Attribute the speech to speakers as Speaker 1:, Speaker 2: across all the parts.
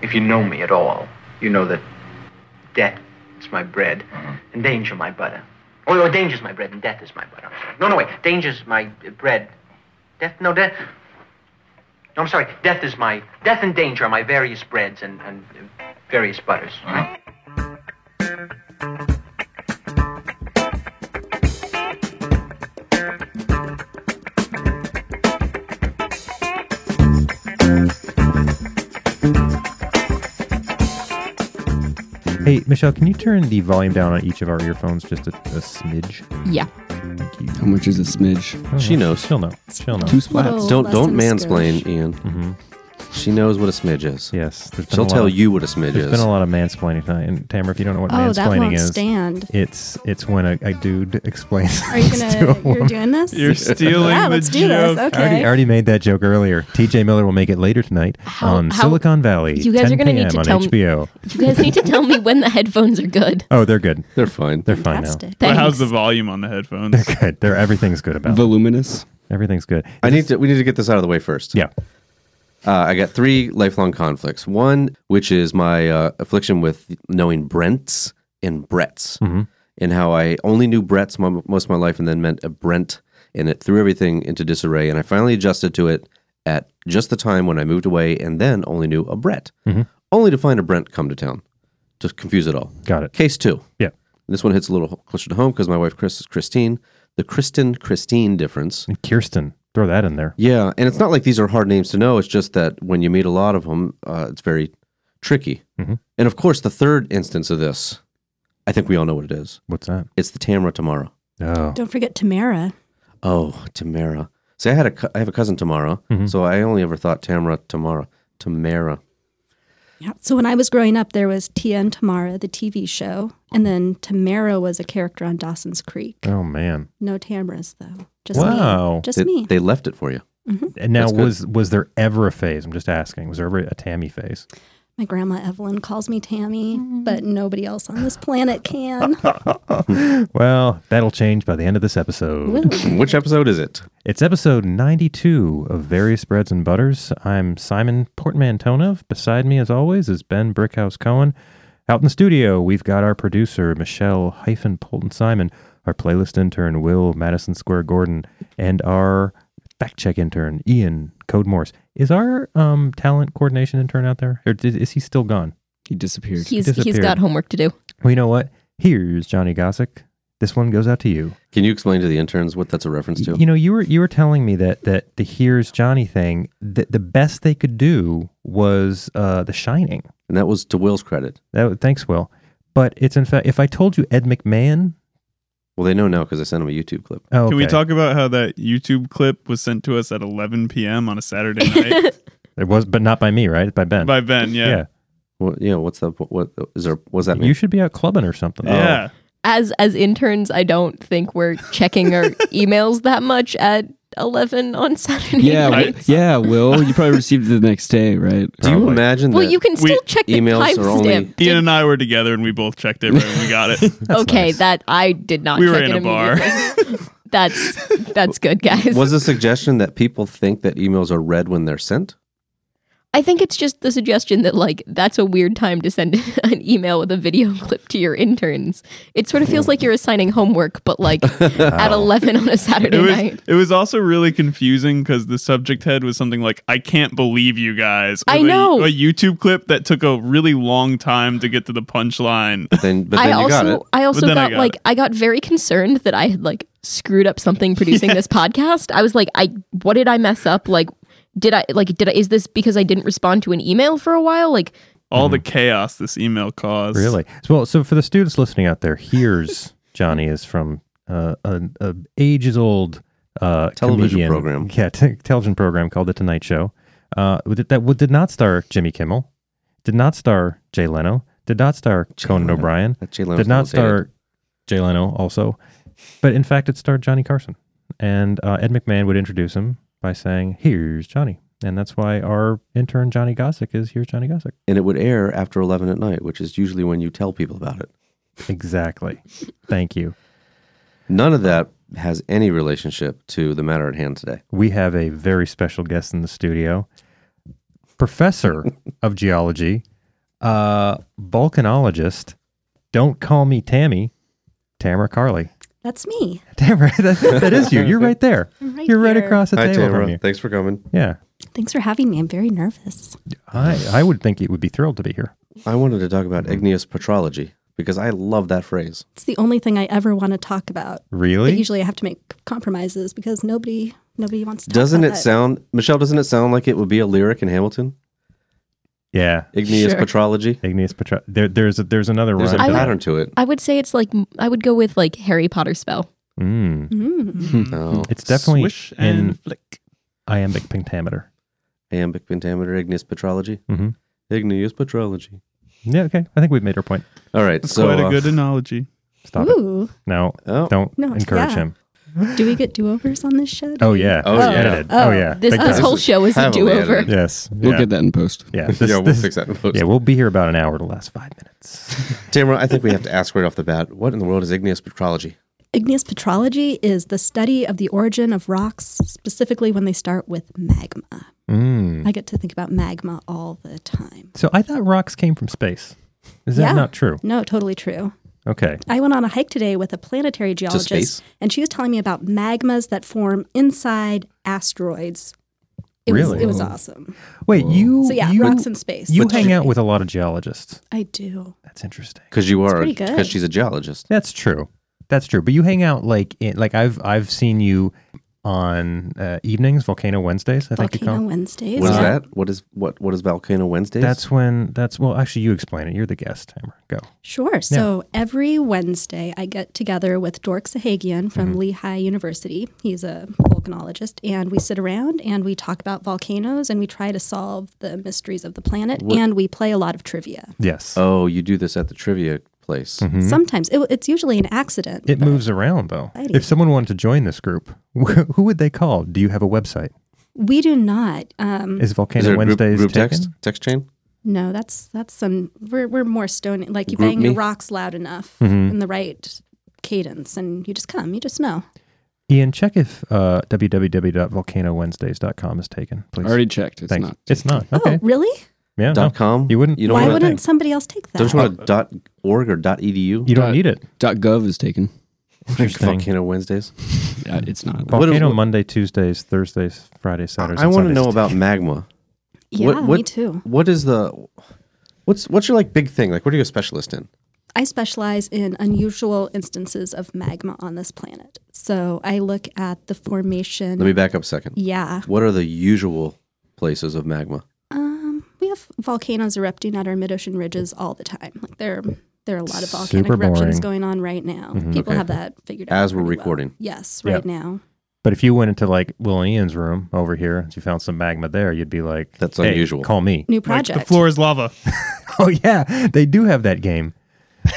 Speaker 1: If you know me at all, you know that debt is my bread and danger my butter. Oh, no, danger's my bread and death is my butter. No, no, wait. Danger's my uh, bread. Death? No, death. No, I'm sorry. Death is my. Death and danger are my various breads and, and uh, various butters.
Speaker 2: Hey, Michelle, can you turn the volume down on each of our earphones just a, a smidge?
Speaker 3: Yeah.
Speaker 2: Thank you.
Speaker 4: How much is a smidge?
Speaker 2: I don't
Speaker 5: She knows.
Speaker 2: Mm-hmm. She'll know. She'll know.
Speaker 4: Two splats.
Speaker 3: Little
Speaker 5: Don't
Speaker 3: less
Speaker 5: don't
Speaker 3: than a
Speaker 5: mansplain,
Speaker 3: skosh.
Speaker 5: Ian. She knows what a smidge is.
Speaker 2: Yes. There's Mm-hmm. been a
Speaker 5: She'll
Speaker 2: lot
Speaker 5: tell
Speaker 2: of-
Speaker 5: you what a smidge
Speaker 2: There's
Speaker 5: is.
Speaker 2: been a lot of mansplaining tonight. And Tamara, if you don't know what
Speaker 3: Oh, that
Speaker 2: mansplaining
Speaker 3: won't
Speaker 2: is,
Speaker 3: stand.
Speaker 2: it's it's when a, a dude explains.
Speaker 3: Are you
Speaker 2: things to a
Speaker 3: gonna? You're
Speaker 2: woman.
Speaker 3: doing this?
Speaker 6: You're stealing
Speaker 3: yeah,
Speaker 6: the
Speaker 3: let's do
Speaker 6: joke.
Speaker 3: this. Okay.
Speaker 2: I already, I already made that joke earlier. TJ Miller will make it later tonight
Speaker 7: How-
Speaker 2: on
Speaker 7: how-
Speaker 2: Silicon Valley.
Speaker 7: You guys
Speaker 2: 10
Speaker 7: are gonna
Speaker 2: p.m.
Speaker 7: need to
Speaker 2: on
Speaker 7: tell me-
Speaker 2: HBO.
Speaker 7: You guys need to tell me when the headphones are good.
Speaker 2: Oh, they're good.
Speaker 5: They're fine.
Speaker 2: They're fine now.
Speaker 7: Fantastic.
Speaker 6: But
Speaker 7: Thanks.
Speaker 6: how's the volume on the headphones?
Speaker 2: They're good. They're everything's good about. them.
Speaker 4: Voluminous.
Speaker 2: Everything's good.
Speaker 5: I need to. We need to get this out of the way first.
Speaker 2: Yeah.
Speaker 5: Uh, I got three lifelong conflicts. One, which is my uh, affliction with knowing Brents and Bretts,
Speaker 2: Mm-hmm.
Speaker 5: and how I only knew Bretts mo- most of my life, and then meant a Brent, and it threw everything into disarray. And I finally adjusted to it at just the time when I moved away, and then only knew a Brett,
Speaker 2: Mm-hmm.
Speaker 5: only to find a Brent come to town, to confuse it all.
Speaker 2: Got it.
Speaker 5: Case two.
Speaker 2: Yeah.
Speaker 5: This one hits a little closer to home because my wife Chris is Christine. The Kristen Christine difference.
Speaker 2: And Kirsten, throw that in there.
Speaker 5: Yeah, and it's not like these are hard names to know. It's just that when you meet a lot of them, uh, it's very tricky.
Speaker 2: Mhm.
Speaker 5: And of course, the third instance of this, I think we all know what it is.
Speaker 2: What's that?
Speaker 5: It's the Tamara Tamara.
Speaker 2: Oh,
Speaker 3: Don't forget Tamara.
Speaker 5: Oh, Tamara. See, I had a cou- I have a cousin Tamara,
Speaker 2: Mm-hmm.
Speaker 5: so I only ever thought Tamara Tamara Tamara.
Speaker 3: Yeah. So when I was growing up, there was Tia and Tamara, the TV show, and then Tamara was a character on Dawson's Creek.
Speaker 2: oh man.
Speaker 3: No Tamaras though. Just
Speaker 2: Wow.
Speaker 3: me. Just
Speaker 5: They,
Speaker 3: me.
Speaker 5: they left it for you.
Speaker 2: And now
Speaker 5: That's good.
Speaker 2: was was there ever a phase? I'm just asking. Was there ever a Tammy phase?
Speaker 3: My grandma Evelyn calls me Tammy, but nobody else on this planet can.
Speaker 2: Well, that'll change by the end of this episode.
Speaker 3: Woo.
Speaker 5: Which episode is it?
Speaker 2: It's episode 92 of Various Breads and Butters. I'm Simon Portmantonov. Beside me, as always, is Ben Brickhouse Cohen. Out in the studio, we've got our producer, Michelle hyphen Polton Simon, our playlist intern, Will Madison Square Gordon, and our fact check intern, Ian Code Morse. Is our um, talent coordination intern out there? Or did, is he still gone?
Speaker 4: He disappeared.
Speaker 7: He's he's
Speaker 2: disappeared.
Speaker 7: got homework to do.
Speaker 2: Well, you know what? Here's Johnny Gossick. This one goes out to you.
Speaker 5: Can you explain to the interns what that's a reference to?
Speaker 2: You know, you were you were telling me that that the here's Johnny thing that the best they could do was uh, The Shining.
Speaker 5: and that was to Will's credit.
Speaker 2: That was- thanks, Will. But it's in fact, if I told you Ed McMahon,
Speaker 5: Well, they know now because I sent him a YouTube clip.
Speaker 2: oh,
Speaker 6: Can we
Speaker 2: okay.
Speaker 6: talk about how that YouTube clip was sent to us at 11 p.m. on a Saturday night
Speaker 2: It was, but not by me, right? It's By Ben.
Speaker 6: by Ben? Yeah.
Speaker 2: yeah.
Speaker 5: Well, yeah, what's the what, what is there? What's that mean?
Speaker 2: You should be out clubbing or something.
Speaker 6: Yeah.
Speaker 7: As as interns, I don't think we're checking our emails that much at eleven on Saturday
Speaker 4: Yeah, w-
Speaker 7: nights.
Speaker 4: yeah, Will. You probably received it the next day, right?
Speaker 5: Do you imagine?
Speaker 7: Well,
Speaker 5: that-
Speaker 7: you can still
Speaker 6: we-
Speaker 7: check the
Speaker 5: emails are only-
Speaker 7: timestamp.
Speaker 6: Ian and I were together and we both checked it right when we got it.
Speaker 7: Okay, that I did not.
Speaker 6: We
Speaker 7: check
Speaker 6: were
Speaker 7: it
Speaker 6: in a bar.
Speaker 7: immediately. that's that's good, guys.
Speaker 5: was the suggestion that people think that emails are read when they're sent?
Speaker 7: I think it's just the suggestion that like that's a weird time to send an email with a video clip to your interns. It sort of feels like you're assigning homework, but like at eleven on a Saturday
Speaker 6: It was,
Speaker 7: night.
Speaker 6: it was also really confusing because the subject head was something like, I can't believe you guys.
Speaker 7: I
Speaker 6: with a-
Speaker 7: know.
Speaker 6: A, YouTube clip that took a really long time to get to the punchline.
Speaker 5: Then, but then
Speaker 7: I
Speaker 5: you got
Speaker 7: also
Speaker 5: it.
Speaker 7: I also
Speaker 6: But
Speaker 7: got,
Speaker 6: then I got
Speaker 7: like
Speaker 6: it.
Speaker 7: I got very concerned that I had like screwed up something producing this podcast. I was like, I what did I mess up? Like did I like did I is this because I didn't respond to an email for a while? Like
Speaker 6: All the chaos this email caused.
Speaker 2: Really? Well, so for the students listening out there, here's Johnny is from uh, a, a ages old uh,
Speaker 5: Television
Speaker 2: comedian-
Speaker 5: program.
Speaker 2: Yeah, t- television program called The Tonight Show. Uh, that that w- did not star Jimmy Kimmel, did not star Jay Leno, did not star Conan
Speaker 5: Leno.
Speaker 2: O'Brien,
Speaker 5: That Jay Leno's
Speaker 2: Oh, did not
Speaker 5: a little
Speaker 2: star Jay Leno also, but in fact it starred Johnny Carson, and uh, Ed McMahon would introduce him by saying, "Here's Johnny," and that's why our intern Johnny Gossick is "Here's Johnny Gossick."
Speaker 5: and it would air after eleven at night, which is usually when you tell people about it.
Speaker 2: Exactly. Thank you.
Speaker 5: None of that has any relationship to the matter at hand today.
Speaker 2: we have a very special guest in the studio, professor of geology, Uh, volcanologist. Don't call me Tammy. Tamara Carley.
Speaker 3: That's me.
Speaker 2: Tamara, that, that is you. You're right there.
Speaker 3: I'm right
Speaker 2: You're right
Speaker 3: here.
Speaker 2: across the
Speaker 5: Hi,
Speaker 2: table from
Speaker 5: Tamara.
Speaker 2: you.
Speaker 5: Thanks for coming.
Speaker 2: Yeah.
Speaker 3: Thanks for having me. I'm very nervous.
Speaker 2: I, I would think you would be thrilled to be here.
Speaker 5: I wanted to talk
Speaker 2: Mm-hmm.
Speaker 5: about igneous petrology because I love that phrase.
Speaker 3: It's the only thing I ever want to talk about. But
Speaker 2: Really?
Speaker 3: usually I have to make compromises because nobody nobody wants to. talk
Speaker 5: Doesn't
Speaker 3: about
Speaker 5: it sound, Michelle, doesn't it sound like it would be a lyric in Hamilton?
Speaker 2: yeah.
Speaker 5: Igneous
Speaker 7: Sure.
Speaker 5: petrology?
Speaker 2: Igneous Petra. There, there's a, there's another
Speaker 5: There's a
Speaker 2: rhyme. to that.
Speaker 5: pattern to it.
Speaker 7: I would say it's like I would go with like Harry Potter spell.
Speaker 2: Mm.
Speaker 3: Mm.
Speaker 5: Oh,
Speaker 2: It's definitely
Speaker 6: Hmm. Swish
Speaker 2: in-
Speaker 6: and flick.
Speaker 2: iambic pentameter.
Speaker 5: iambic pentameter, igneous petrology.
Speaker 2: Mhm.
Speaker 5: Igneous petrology.
Speaker 2: Yeah. Okay. I think we've made our point.
Speaker 5: All right.
Speaker 6: That's
Speaker 5: so,
Speaker 6: quite a
Speaker 5: uh,
Speaker 6: good analogy.
Speaker 2: Stop it.
Speaker 3: Ooh.
Speaker 2: No.
Speaker 5: Oh,
Speaker 2: Don't
Speaker 3: No,
Speaker 2: encourage
Speaker 3: yeah.
Speaker 2: him.
Speaker 3: Do we get do overs on this show?
Speaker 2: Oh yeah.
Speaker 5: Oh,
Speaker 2: It's
Speaker 5: yeah.
Speaker 2: Edited.
Speaker 3: Oh,
Speaker 2: Oh, yeah.
Speaker 7: This
Speaker 2: Big
Speaker 7: this
Speaker 2: time.
Speaker 7: whole show is a
Speaker 5: Heavily
Speaker 7: do over.
Speaker 5: edited.
Speaker 2: Yes.
Speaker 4: We'll
Speaker 2: yeah.
Speaker 4: get that in post.
Speaker 2: Yeah. This,
Speaker 5: yeah, we'll
Speaker 2: this-
Speaker 5: fix that in post.
Speaker 2: Yeah, we'll be here about an hour to last five minutes.
Speaker 5: Tamara, I think we have to ask right off the bat what in the world is igneous petrology?
Speaker 3: Igneous petrology is the study of the origin of rocks, specifically when they start with magma.
Speaker 2: Mm.
Speaker 3: I get to think about magma all the time.
Speaker 2: So I thought rocks came from space. Is that
Speaker 3: Yeah.
Speaker 2: not true?
Speaker 3: No, totally true.
Speaker 2: Okay.
Speaker 3: I went on a hike today with a planetary geologist,
Speaker 5: space?
Speaker 3: and she was telling me about magmas that form inside asteroids. It
Speaker 2: Really?
Speaker 3: was it was awesome.
Speaker 2: Wait, you
Speaker 3: So yeah,
Speaker 2: you,
Speaker 3: rocks in space.
Speaker 2: you
Speaker 3: That's
Speaker 2: hang
Speaker 3: true.
Speaker 2: out with a lot of geologists.
Speaker 3: I do.
Speaker 2: That's interesting.
Speaker 5: Because you are,
Speaker 3: pretty good.
Speaker 5: because she's a geologist.
Speaker 2: That's true. That's true. But you hang out like in, like I've I've seen you on uh, evenings, Volcano Wednesdays. I think you
Speaker 3: Volcano
Speaker 2: call.
Speaker 3: Wednesdays.
Speaker 5: What is
Speaker 3: yeah.
Speaker 5: that? What is what? What is Volcano Wednesdays?
Speaker 2: That's when. That's well. Actually, you explain it. You're the guest, Timer. Go.
Speaker 3: Sure. So every Wednesday, I get together with Dork Sahagian from
Speaker 5: Mm-hmm.
Speaker 3: Lehigh University. He's a volcanologist, and we sit around and we talk about volcanoes and we try to solve the mysteries of the planet and we play a lot of trivia.
Speaker 2: Yes.
Speaker 5: oh, you do this at the trivia place.
Speaker 2: Mm-hmm.
Speaker 3: Sometimes it, it's usually an accident.
Speaker 2: it
Speaker 3: but
Speaker 2: moves around though.
Speaker 3: Exciting.
Speaker 2: If someone wanted to join this group, wh- who would they call? Do you have a website?
Speaker 3: We do not. Um,
Speaker 2: Is
Speaker 5: Is
Speaker 2: Volcano
Speaker 5: there a group,
Speaker 2: Wednesdays
Speaker 5: group
Speaker 2: taken?
Speaker 5: text text chain?
Speaker 3: no, that's that's some. We're we're more stone. Like you
Speaker 5: Group
Speaker 3: bang your
Speaker 5: me? Mm-hmm.
Speaker 3: rocks loud enough in the right cadence, and you just come. You just know.
Speaker 2: Ian, check if uh, www.volcanowednesdays.com is taken, please.
Speaker 4: I already checked. It's
Speaker 2: Thanks.
Speaker 4: not.
Speaker 2: It's not. Okay.
Speaker 3: Oh, really?
Speaker 2: yeah.
Speaker 5: Dot
Speaker 2: no.
Speaker 5: com.
Speaker 2: You wouldn't.
Speaker 5: You don't
Speaker 3: Why
Speaker 5: want
Speaker 3: wouldn't somebody else take that?
Speaker 5: Don't you want a dot org or dot E edu?
Speaker 2: You don't
Speaker 4: Dot-
Speaker 2: need it.
Speaker 4: Dot gov is taken.
Speaker 2: Interesting.
Speaker 5: Volcano Wednesdays.
Speaker 4: Uh, it's not.
Speaker 5: What-
Speaker 2: Volcano
Speaker 5: what-
Speaker 2: Monday, Tuesdays, Thursdays, Fridays, Saturdays.
Speaker 5: I want
Speaker 2: to
Speaker 5: to know about magma.
Speaker 3: yeah,
Speaker 5: what, what,
Speaker 3: me too.
Speaker 5: What is the what's what's your like big thing? Like, what are you a specialist in?
Speaker 3: I specialize in unusual instances of magma on this planet. So I look at the formation.
Speaker 5: Let me back up a second.
Speaker 3: yeah.
Speaker 5: What are the usual places of magma?
Speaker 3: Um, we have volcanoes erupting at our mid ocean ridges all the time. Like there, there are a lot of volcanic
Speaker 2: Super boring.
Speaker 3: eruptions going on right now. People
Speaker 5: Mm-hmm. Okay.
Speaker 3: have that figured out.
Speaker 5: As we're
Speaker 3: pretty well.
Speaker 5: recording.
Speaker 3: Yes,
Speaker 2: Yeah.
Speaker 3: right now.
Speaker 2: But if you went into like Will and Ian's room over here and you found some magma there, you'd be like,
Speaker 5: That's
Speaker 2: "Hey,
Speaker 5: unusual."
Speaker 2: Call me.
Speaker 3: New
Speaker 6: Like,
Speaker 3: project.
Speaker 6: the floor is lava.
Speaker 2: oh, yeah. They do have that game.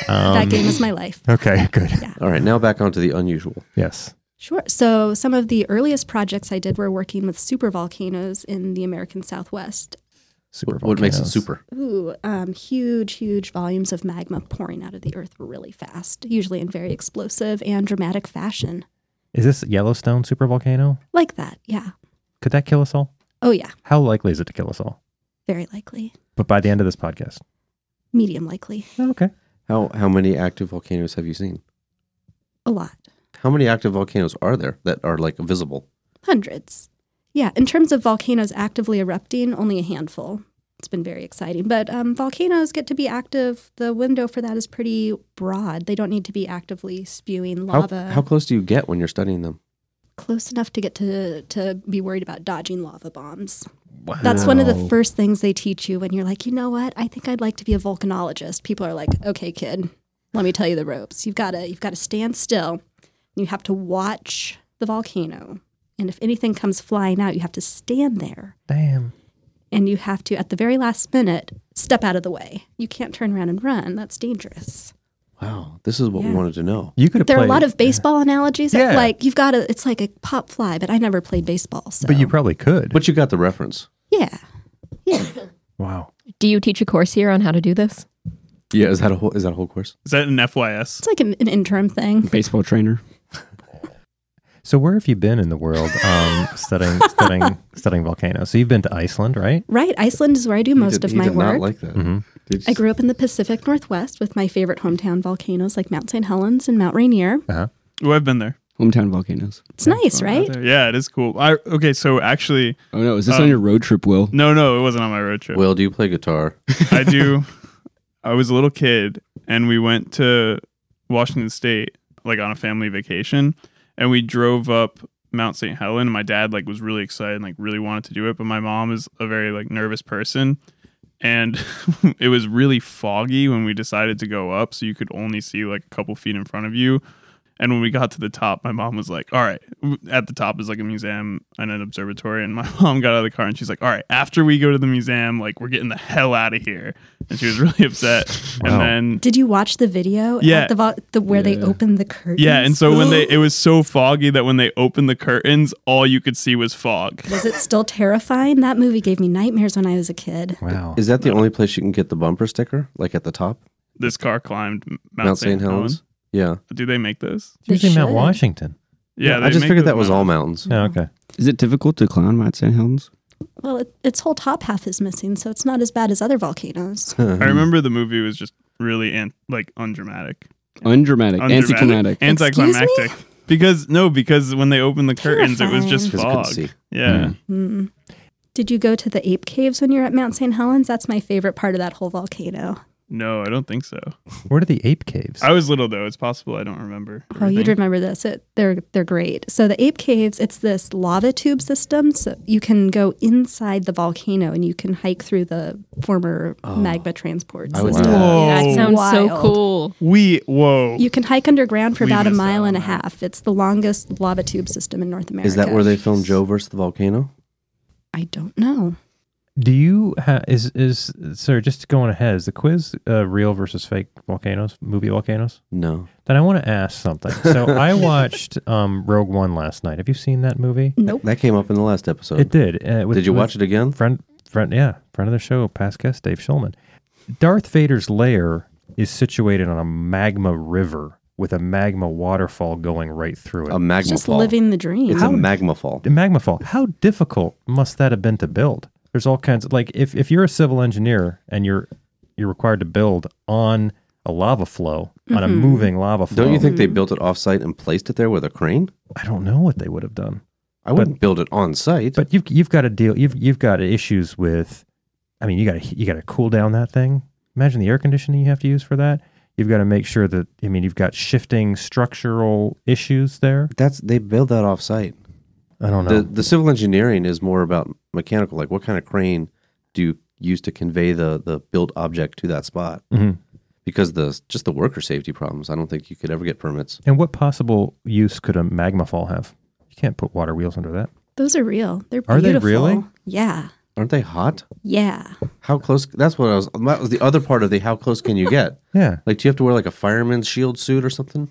Speaker 2: Um,
Speaker 3: that game is my life.
Speaker 2: Okay, good.
Speaker 5: All right, now back onto the unusual.
Speaker 2: Yes.
Speaker 3: Sure. So some of the earliest projects I did were working with super volcanoes in the American Southwest.
Speaker 2: Super
Speaker 5: What makes it
Speaker 2: volcanoes.
Speaker 5: super?
Speaker 3: Ooh, um, huge, huge volumes of magma pouring out of the earth really fast, usually in very explosive and dramatic fashion.
Speaker 2: Is this Yellowstone super volcano?
Speaker 3: Like that, yeah.
Speaker 2: Could that kill us all?
Speaker 3: Oh, yeah,
Speaker 2: How likely is it to kill us all?
Speaker 3: very likely.
Speaker 2: But by the end of this podcast.
Speaker 3: Medium likely.
Speaker 2: Oh, okay.
Speaker 5: How how many active volcanoes have you seen?
Speaker 3: A lot.
Speaker 5: How many active volcanoes are there that are like visible?
Speaker 3: Hundreds. Yeah, in terms of volcanoes actively erupting, only a handful. It's been very exciting. But um, volcanoes get to be active. The window for that is pretty broad. They don't need to be actively spewing
Speaker 5: How,
Speaker 3: lava.
Speaker 5: how close do you get when you're studying them?
Speaker 3: Close enough to get to, to be worried about dodging lava bombs. That's one of the first things they teach you when you're like, you know what? I think I'd like to be a volcanologist. People are like, okay, kid, let me tell you the ropes. You've got to you've got to stand still. You have to watch the volcano, and if anything comes flying out, you have to stand there,
Speaker 2: Damn.
Speaker 3: and you have to at the very last minute step out of the way. You can't turn around and run. That's dangerous.
Speaker 5: Wow, this is what we
Speaker 3: Yeah.
Speaker 5: wanted to know.
Speaker 2: You could have
Speaker 3: There are
Speaker 2: played,
Speaker 3: a lot of baseball analogies.
Speaker 2: Yeah.
Speaker 3: Like you've got to. It's like a pop fly, but I never played baseball, so
Speaker 2: But you probably could.
Speaker 5: But you got the reference.
Speaker 3: yeah, yeah.
Speaker 2: wow.
Speaker 7: Do you teach a course here on how to do this?
Speaker 5: Yeah, is that a whole is that a whole course?
Speaker 6: Is that an FYS?
Speaker 3: It's like an, an interim thing.
Speaker 4: Baseball trainer.
Speaker 2: So where have you been in the world um, studying studying studying volcanoes? So you've been to Iceland, right?
Speaker 3: Right, Iceland is where I do
Speaker 5: You
Speaker 3: most
Speaker 5: did,
Speaker 3: of
Speaker 5: you
Speaker 3: my
Speaker 5: did
Speaker 3: work.
Speaker 5: not like that. Did you?
Speaker 3: I grew up in the Pacific Northwest with my favorite hometown volcanoes like Mount St. Helens and Mount Rainier.
Speaker 2: Uh-huh.
Speaker 6: Oh, I've been there.
Speaker 4: Hometown volcanoes.
Speaker 3: It's nice, right?
Speaker 6: Yeah, it is cool. I okay, so actually,
Speaker 4: Oh no, is this
Speaker 6: Oh.
Speaker 4: on your road trip, Will?
Speaker 6: no, no, it wasn't on my road trip.
Speaker 5: Will, do you play guitar?
Speaker 6: I do. I was a little kid, and we went to Washington State like on a family vacation, and we drove up Mount St. Helen. And my dad like was really excited and like really wanted to do it, but my mom is a very like nervous person, and it was really foggy when we decided to go up, so you could only see like a couple feet in front of you. And when we got to the top, my mom was like, "All right." At the top is like a museum and an observatory. And my mom got out of the car and she's like, "All right, after we go to the museum, like we're getting the hell out of here." And she was really upset.
Speaker 2: Wow.
Speaker 6: And then
Speaker 3: Did you watch the video
Speaker 6: Yeah.
Speaker 3: at the, vo- the where they
Speaker 4: Yeah.
Speaker 3: opened the curtains?
Speaker 6: yeah, and so when they it was so foggy that when they opened the curtains, all you could see was fog.
Speaker 3: was it still terrifying? That movie gave me nightmares when I was a kid.
Speaker 2: Wow.
Speaker 5: Is that the only place you can get the bumper sticker, like at the top,
Speaker 6: This car climbed M- Mount, St. Helens.
Speaker 5: Yeah,
Speaker 6: Do they make those?
Speaker 2: It's usually
Speaker 3: They
Speaker 2: Mount
Speaker 3: should. Mm-hmm.
Speaker 2: Washington.
Speaker 6: Yeah,
Speaker 5: I
Speaker 6: they
Speaker 5: just
Speaker 6: make
Speaker 5: figured
Speaker 6: those
Speaker 5: that was
Speaker 6: mountains.
Speaker 5: all mountains.
Speaker 2: Oh, okay.
Speaker 4: Is it difficult to climb Mount St. Helens?
Speaker 3: Well, it, its whole top half is missing, so it's not as bad as other volcanoes.
Speaker 6: I remember the movie was just really an- like undramatic.
Speaker 4: Undramatic, anticlimactic.
Speaker 3: Excuse me?
Speaker 6: anticlimactic. Because no, because when they opened the curtains, it was just
Speaker 5: Because I couldn't
Speaker 6: fog.
Speaker 5: see.
Speaker 6: Yeah,
Speaker 3: Mm. Did you go to the ape caves when you were at Mount St. Helens? That's my favorite part of that whole volcano.
Speaker 6: no, I don't think so.
Speaker 2: Where are the ape caves?
Speaker 6: I was little though; it's possible I don't remember.
Speaker 3: Oh, you'd
Speaker 6: everything.
Speaker 3: remember this. It, they're they're great. So the ape caves, it's this lava tube system. So you can go inside the volcano and you can hike through the former magma transport
Speaker 5: Oh. I would
Speaker 3: system.
Speaker 5: love
Speaker 6: Whoa.
Speaker 7: That sounds so
Speaker 3: Wild.
Speaker 7: cool.
Speaker 6: We whoa.
Speaker 3: You can hike underground for
Speaker 6: We
Speaker 3: about a
Speaker 6: missed that
Speaker 3: mile and a
Speaker 6: one out.
Speaker 3: half. It's the longest lava tube system in North America.
Speaker 5: Is that where they filmed Joe versus the volcano?
Speaker 3: I don't know.
Speaker 2: Do you ha- is is sir just going ahead? Is the quiz uh, real versus fake volcanoes? Movie volcanoes?
Speaker 5: No.
Speaker 2: Then I want to ask something. So I watched um, Rogue One last night. Have you seen that movie?
Speaker 3: Nope.
Speaker 5: That came up in the last episode.
Speaker 2: It did. Uh, with-
Speaker 5: Did you
Speaker 2: with
Speaker 5: watch it again?
Speaker 2: Friend, friend, yeah, friend of the show, past guest Dave Schulman. Darth Vader's lair is situated on a magma river with a magma waterfall going right through it.
Speaker 5: A magma
Speaker 3: Just
Speaker 5: fall.
Speaker 3: living the dream.
Speaker 5: it's a magma fall.
Speaker 2: the magma fall. How difficult must that have been to build? There's all kinds of like if, if you're a civil engineer and you're you're required to build on a lava flow, on a moving lava flow.
Speaker 5: Mm-hmm. Don't you
Speaker 3: Mm-hmm.
Speaker 5: think they built it offsite and placed it there with a crane?
Speaker 2: I don't know what they would have done.
Speaker 5: I wouldn't build it on site.
Speaker 2: But you've you've got to deal you've you've got issues with I mean you got to you got to cool down that thing. Imagine the air conditioning you have to use for that. You've got to make sure that I mean you've got shifting structural issues there.
Speaker 5: that's they build that offsite.
Speaker 2: I don't know.
Speaker 5: The the civil engineering is more about mechanical. Like what kind of crane do you use to convey the the built object to that spot?
Speaker 2: Mhm.
Speaker 5: Because the just the worker safety problems. I don't think you could ever get permits.
Speaker 2: and what possible use could a magma fall have? You can't put water wheels under that.
Speaker 3: Those are real. They're
Speaker 2: Are they
Speaker 3: beautiful.
Speaker 2: really?
Speaker 3: Yeah.
Speaker 5: Aren't they hot?
Speaker 3: Yeah.
Speaker 5: How close? That's what I was. That was the other part of the how close can you get?
Speaker 2: Yeah.
Speaker 5: Like, do you have to wear like a fireman's shield suit or something?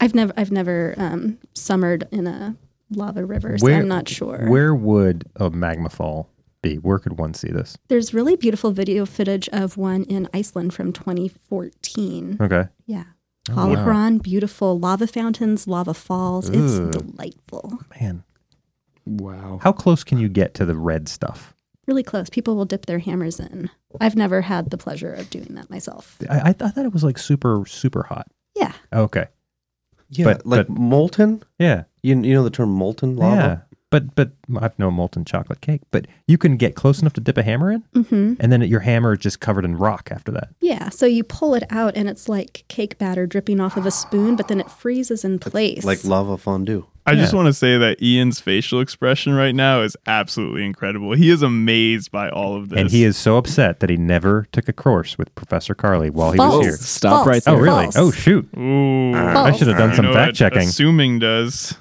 Speaker 3: I've never I've never um, summered in a lava river, so I'm not sure.
Speaker 2: Where would a magma fall be? Where could one see this?
Speaker 3: There's really beautiful video footage of one in Iceland from 2014.
Speaker 2: Okay.
Speaker 3: Yeah.
Speaker 2: Oh, wow.
Speaker 3: Holocron, beautiful lava fountains, lava falls. It's
Speaker 2: Ooh.
Speaker 3: delightful.
Speaker 2: Man,
Speaker 4: Wow.
Speaker 2: how close can you get to the red stuff?
Speaker 3: Really close. People will dip their hammers in. I've never had the pleasure of doing that myself.
Speaker 2: I, I, I thought it was like super super hot.
Speaker 3: Yeah.
Speaker 2: Okay.
Speaker 5: Yeah,
Speaker 2: But-
Speaker 5: like
Speaker 2: but-
Speaker 5: molten.
Speaker 2: Yeah.
Speaker 5: You, you know the term molten lava.
Speaker 2: Yeah. But but I've no molten chocolate cake, but you can get close enough to dip a hammer in,
Speaker 3: Mm-hmm.
Speaker 2: and then your hammer is just covered in rock after that.
Speaker 3: Yeah. So you pull it out and it's like cake batter dripping off of a spoon, but then it freezes in place.
Speaker 5: Like lava fondue.
Speaker 6: I just want to say that Ian's facial expression right now is absolutely incredible. He is amazed by all of this,
Speaker 2: And he is so upset that he never took a course with Professor Carly while he
Speaker 3: False.
Speaker 2: was here.
Speaker 4: Stop
Speaker 3: False.
Speaker 4: right
Speaker 2: Oh
Speaker 4: there.
Speaker 2: really?
Speaker 3: False.
Speaker 2: Oh shoot.
Speaker 5: Mm.
Speaker 6: Ooh,
Speaker 2: I should have done
Speaker 6: You
Speaker 2: some
Speaker 6: know
Speaker 2: fact
Speaker 6: what
Speaker 2: checking.
Speaker 6: Assuming does.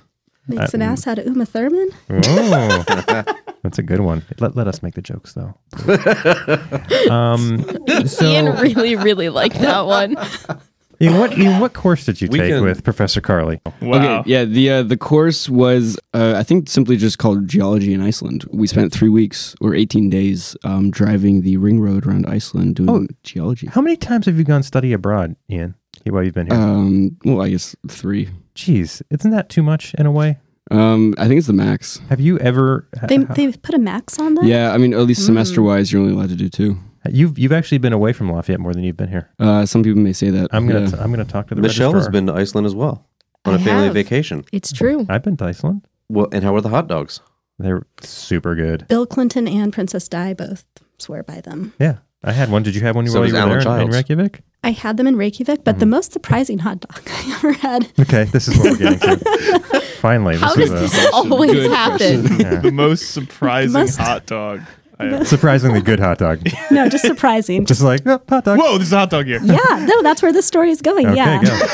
Speaker 3: Makes
Speaker 4: uh,
Speaker 3: an ass out of Uma Thurman.
Speaker 2: Oh, that's a good one. Let, let us make the jokes though. um,
Speaker 7: Ian
Speaker 2: so,
Speaker 7: really, really liked that one.
Speaker 2: Ian, what Ian, what course did you
Speaker 5: We
Speaker 2: take
Speaker 5: can-
Speaker 2: with Professor Carly?
Speaker 6: Wow.
Speaker 4: Okay, yeah, the uh, the course was uh, I think simply just called geology in Iceland. We spent three weeks or eighteen days um, driving the ring road around Iceland doing
Speaker 2: Oh.
Speaker 4: geology.
Speaker 2: How many times have you gone study abroad,
Speaker 3: Uh,
Speaker 2: Ian? While you've been here,
Speaker 4: Um, well, I guess three.
Speaker 2: jeez, isn't that too much in a way?
Speaker 4: Um, I think it's the max.
Speaker 2: Have you ever?
Speaker 3: They they put a max on that.
Speaker 4: Yeah, I mean, at
Speaker 2: Hmm.
Speaker 4: least semester wise, you're only allowed to do two.
Speaker 2: you've you've actually been away from Lafayette more than you've been here.
Speaker 4: Uh, some people may say that.
Speaker 2: I'm gonna
Speaker 4: Yeah.
Speaker 2: t- I'm gonna talk to the
Speaker 5: Michelle has
Speaker 2: registrar.
Speaker 5: been to Iceland as well on
Speaker 7: I
Speaker 5: a family
Speaker 7: have.
Speaker 5: vacation.
Speaker 7: It's true.
Speaker 2: I've been to Iceland.
Speaker 5: Well, and how are the hot dogs?
Speaker 2: They're super good.
Speaker 3: Bill Clinton and Princess Di both swear by them.
Speaker 2: Yeah, I had one. Did you have one while
Speaker 5: So does
Speaker 2: you were
Speaker 5: Alan
Speaker 2: there in- in
Speaker 5: Childs.
Speaker 2: Reykjavik?
Speaker 3: I had them in Reykjavik, but the
Speaker 2: Mm.
Speaker 3: most surprising hot dog I ever had.
Speaker 2: Okay, this is what we're getting to. Finally, this
Speaker 7: How
Speaker 2: is
Speaker 7: does
Speaker 2: a
Speaker 7: this always
Speaker 4: Good
Speaker 7: happen?
Speaker 2: Yeah.
Speaker 6: the most surprising
Speaker 3: Must-
Speaker 6: hot dog. I ever-
Speaker 2: surprisingly good hot dog.
Speaker 3: No, just surprising.
Speaker 2: Just like oh, hot dog.
Speaker 6: Whoa, there's a hot dog here.
Speaker 3: yeah, no, that's where the story is going.
Speaker 2: Okay,
Speaker 3: yeah.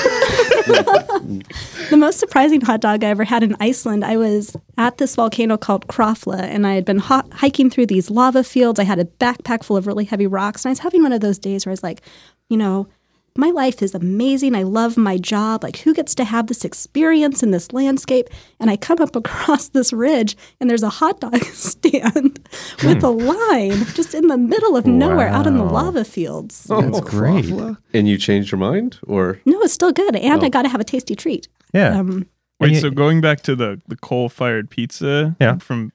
Speaker 2: go.
Speaker 3: The most surprising hot dog I ever had in Iceland, I was at this volcano called Krafla, and I had been ho- hiking through these lava fields. I had a backpack full of really heavy rocks, and I was having one of those days where I was like, you know, my life is amazing. I love my job. Like, who gets to have this experience in this landscape? And I come up across this ridge, and there's a hot dog stand with a line just in the middle of nowhere out in the
Speaker 2: Wow.
Speaker 3: lava fields.
Speaker 2: That's great.
Speaker 5: And you changed your mind, or
Speaker 3: No, it's still good, and I got to have a tasty treat.
Speaker 2: Yeah.
Speaker 3: Um,
Speaker 6: Wait,
Speaker 2: you-
Speaker 6: so going back to the, the coal fired pizza
Speaker 2: Yeah.
Speaker 6: from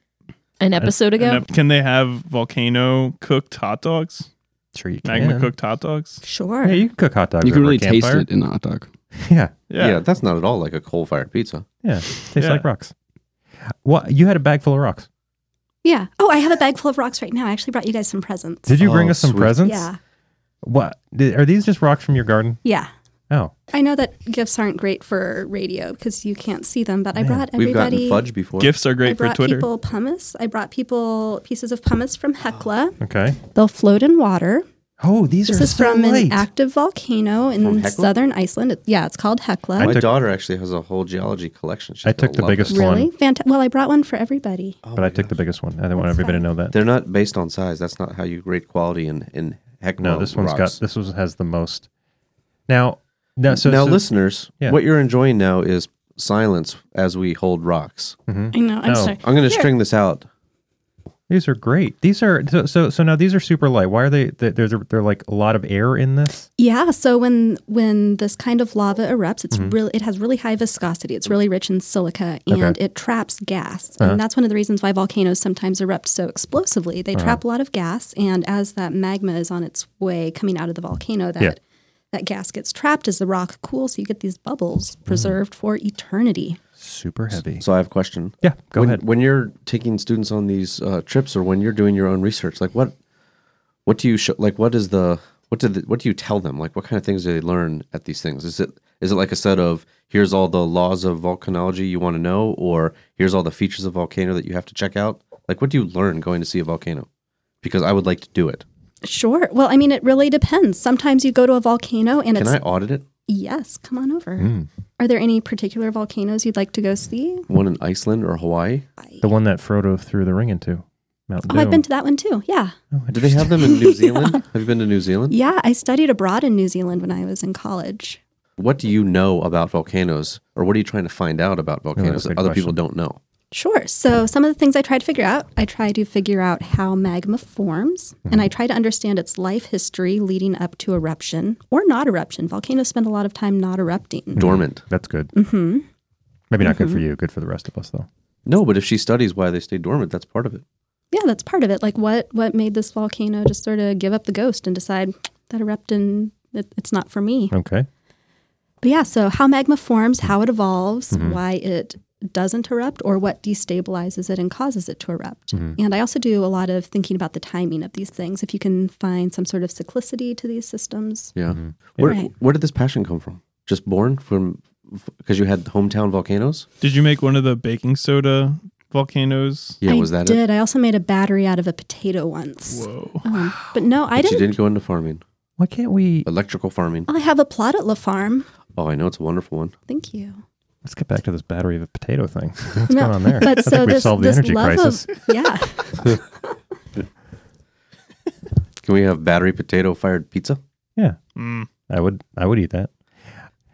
Speaker 7: An episode ago?
Speaker 6: can they have volcano cooked hot dogs?
Speaker 2: sure you can.
Speaker 6: Magma cooked hot dogs?
Speaker 3: sure.
Speaker 2: Yeah, you can cook hot dogs.
Speaker 4: You can
Speaker 2: over a
Speaker 4: really taste
Speaker 2: campfire.
Speaker 4: it in the hot dog.
Speaker 2: Yeah,
Speaker 5: yeah. that's not at all like a coal fired pizza.
Speaker 2: yeah. Tastes
Speaker 6: Yeah.
Speaker 2: like rocks. What you had a bag full of rocks?
Speaker 3: Yeah. Oh, I have a bag full of rocks right now. I actually brought you guys some presents.
Speaker 2: Did you
Speaker 5: Oh,
Speaker 2: bring us some
Speaker 5: sweet.
Speaker 2: presents?
Speaker 3: Yeah.
Speaker 2: What Di- are these? Just rocks from your garden?
Speaker 3: Yeah.
Speaker 2: Oh,
Speaker 3: I know that gifts aren't great for radio because you can't see them, but I brought
Speaker 5: We've gotten
Speaker 3: everybody.
Speaker 5: fudge before.
Speaker 6: Gifts are
Speaker 3: I
Speaker 6: great for
Speaker 3: brought
Speaker 6: Twitter.
Speaker 3: people pumice. I brought people pieces of pumice from Hecla.
Speaker 2: okay.
Speaker 3: They'll float in water.
Speaker 2: Oh, these
Speaker 3: This
Speaker 2: are
Speaker 3: is
Speaker 2: so
Speaker 3: from
Speaker 2: light.
Speaker 3: an active volcano
Speaker 5: From
Speaker 3: in
Speaker 5: Hecla?
Speaker 3: southern Iceland. It- yeah, it's called Hecla.
Speaker 5: My
Speaker 2: took-
Speaker 5: daughter actually has a whole geology collection. She's
Speaker 2: I
Speaker 5: gonna
Speaker 2: took the
Speaker 5: love
Speaker 2: biggest
Speaker 5: this.
Speaker 2: one, Oh.
Speaker 3: really? Fanta- well, I brought one for everybody.
Speaker 2: but I took the biggest one. I don't want everybody to know that.
Speaker 5: They're not based on size. That's not how you grade quality in in heck.
Speaker 2: No, this one's got. This one has the most. Now, now, so
Speaker 5: now,
Speaker 2: so-
Speaker 5: listeners,
Speaker 2: Yeah.
Speaker 5: what you're enjoying now is silence as we hold rocks.
Speaker 3: I know. I'm
Speaker 2: Oh.
Speaker 3: sorry.
Speaker 5: I'm going to string this out.
Speaker 2: These are great. These are so so. so now these are super light. Why are they? they- There's a- they're like a lot of air in this.
Speaker 3: Yeah, so when when this kind of lava erupts, it's
Speaker 5: Mm-hmm.
Speaker 3: really it has really high viscosity. It's really rich in silica and it traps gas.
Speaker 5: Uh-huh.
Speaker 3: And that's one of the reasons why volcanoes sometimes erupt so explosively.
Speaker 5: Uh-huh.
Speaker 3: They trap a lot of gas and as that magma is on its way coming out of the volcano that
Speaker 2: Yeah.
Speaker 3: that gas gets trapped as the rock cools, so you get these bubbles
Speaker 5: Mm-hmm.
Speaker 3: preserved for eternity.
Speaker 2: Super heavy.
Speaker 5: So I have a question.
Speaker 2: Yeah, go
Speaker 5: when,
Speaker 2: ahead.
Speaker 5: When you're taking students on these uh, trips, or when you're doing your own research, like what, what do you show? Like what is the what did the, what do you tell them? Like what kind of things do they learn at these things? Is it is it like a set of here's all the laws of volcanology you want to know, or here's all the features of volcano that you have to check out? Like what do you learn going to see a volcano? Because I would like to do it.
Speaker 3: Sure. Well, I mean it really depends. Sometimes you go to a volcano and
Speaker 5: Can
Speaker 3: it's
Speaker 5: I Hmm. audit it?
Speaker 3: yes, come on over. Are there any particular volcanoes you'd like to go see? Oh,
Speaker 5: One in Iceland or Hawaii?
Speaker 2: The one that Frodo threw the ring into. Mountain Oh,
Speaker 3: Oh, I've been to that one too. Yeah.
Speaker 5: Do they have them in New Zealand? Have you been to New Zealand?
Speaker 3: Yeah, I studied abroad in New Zealand when I was in college.
Speaker 5: What do you know about volcanoes, or what are you trying to find out about volcanoes
Speaker 2: a
Speaker 5: that
Speaker 2: good
Speaker 5: other
Speaker 2: question.
Speaker 5: people don't know?
Speaker 3: Sure. So, some of the things I try to figure out, I try to figure out how magma forms, and I try to understand its life history leading up to eruption or not eruption. Volcanoes spend a lot of time not erupting.
Speaker 5: Dormant.
Speaker 2: That's good. Mm-hmm. Maybe not good for you. Good for the rest of us, though.
Speaker 5: No, but if she studies why they stay dormant, that's part of it.
Speaker 3: Yeah, that's part of it. Like, what what made this volcano just sort of give up the ghost and decide that erupting it, it's not for me?
Speaker 2: Okay.
Speaker 3: But yeah, so how magma forms, how it evolves,
Speaker 5: Mm-hmm.
Speaker 3: why it doesn't erupt, or what destabilizes it and causes it to erupt.
Speaker 5: Mm-hmm.
Speaker 3: And I also do a lot of thinking about the timing of these things. If you can find some sort of cyclicity to these systems,
Speaker 5: Yeah. Mm-hmm. Where
Speaker 3: Right.
Speaker 5: Where did this passion come from? Just born from because you had hometown volcanoes.
Speaker 6: Did you make one of the baking soda volcanoes?
Speaker 5: Yeah,
Speaker 3: I
Speaker 5: was that it?
Speaker 3: did. I also made a battery out of a potato once.
Speaker 6: Whoa.
Speaker 3: Um, but no, I
Speaker 5: But you
Speaker 3: didn't.
Speaker 5: didn't go into farming,
Speaker 2: Why can't we?
Speaker 5: electrical farming.
Speaker 3: I have a plot at La Farm.
Speaker 5: Oh, I know it's a wonderful one.
Speaker 3: Thank you.
Speaker 2: Let's get back to this battery of a potato thing. What's
Speaker 3: No,
Speaker 2: going on there? I
Speaker 3: But so
Speaker 2: think we
Speaker 3: this,
Speaker 2: solved the
Speaker 3: this
Speaker 2: energy
Speaker 3: love
Speaker 2: crisis.
Speaker 3: of yeah,
Speaker 5: Can we have battery potato fired pizza?
Speaker 2: yeah,
Speaker 6: Mm.
Speaker 2: I would. I would eat that.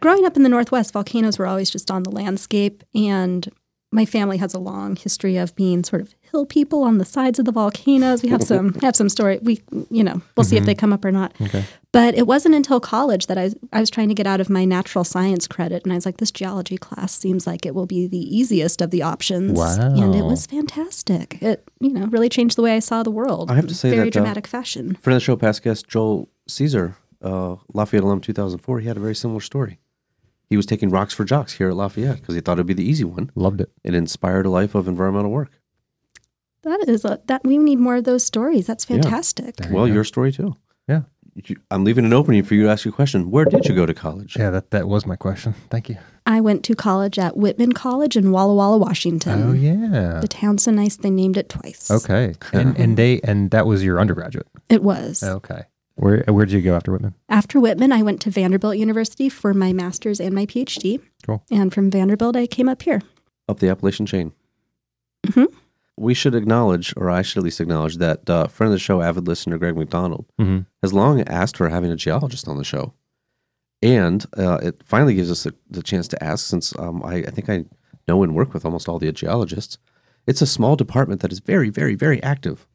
Speaker 3: growing up in the Northwest, volcanoes were always just on the landscape, and my family has a long history of being sort of hill people on the sides of the volcanoes. We have some have some story. We you know we'll see if
Speaker 5: Mm-hmm.
Speaker 3: they come up or not.
Speaker 2: Okay.
Speaker 3: But it wasn't until college that I I was trying to get out of my natural science credit, and I was like, this geology class seems like it will be the easiest of the options. And it
Speaker 2: Wow.
Speaker 3: was fantastic. It you know really changed the way I saw the world.
Speaker 5: I have to say
Speaker 3: very
Speaker 5: that, uh,
Speaker 3: dramatic fashion.
Speaker 5: Friend of the show, past guest Joel Caesar, uh, Lafayette alum 2004, he had a very similar story. He was taking rocks for jocks here at Lafayette because he thought it would be the easy one.
Speaker 2: Loved it.
Speaker 5: It inspired a life of environmental work.
Speaker 3: That is a, that we need more of those stories. That's
Speaker 5: Yeah.
Speaker 3: fantastic.
Speaker 5: well, your story too.
Speaker 2: Yeah.
Speaker 5: You- I'm leaving an opening for you to ask your question. Where did you go to college?
Speaker 2: Yeah, that, that was my question. Thank you.
Speaker 3: I went to college at Whitman College in Walla Walla, Washington.
Speaker 2: Oh yeah.
Speaker 3: The town's so nice they named it twice.
Speaker 2: Okay. And and they and that was your undergraduate.
Speaker 3: It was.
Speaker 2: Okay. Where where'd you go after Whitman?
Speaker 3: After Whitman, I went to Vanderbilt University for my master's and my PhD.
Speaker 2: Cool.
Speaker 3: And from Vanderbilt, I came up here.
Speaker 5: Up the Appalachian chain.
Speaker 3: Mhm.
Speaker 5: We should acknowledge, or I should at least acknowledge, that uh, friend of the show, avid listener Greg McDonald,
Speaker 2: Mm-hmm.
Speaker 5: has long asked for having a geologist on the show. And uh, it finally gives us the, the chance to ask, since um, I, I think I know and work with almost all the geologists. It's a small department that is very, very, very active.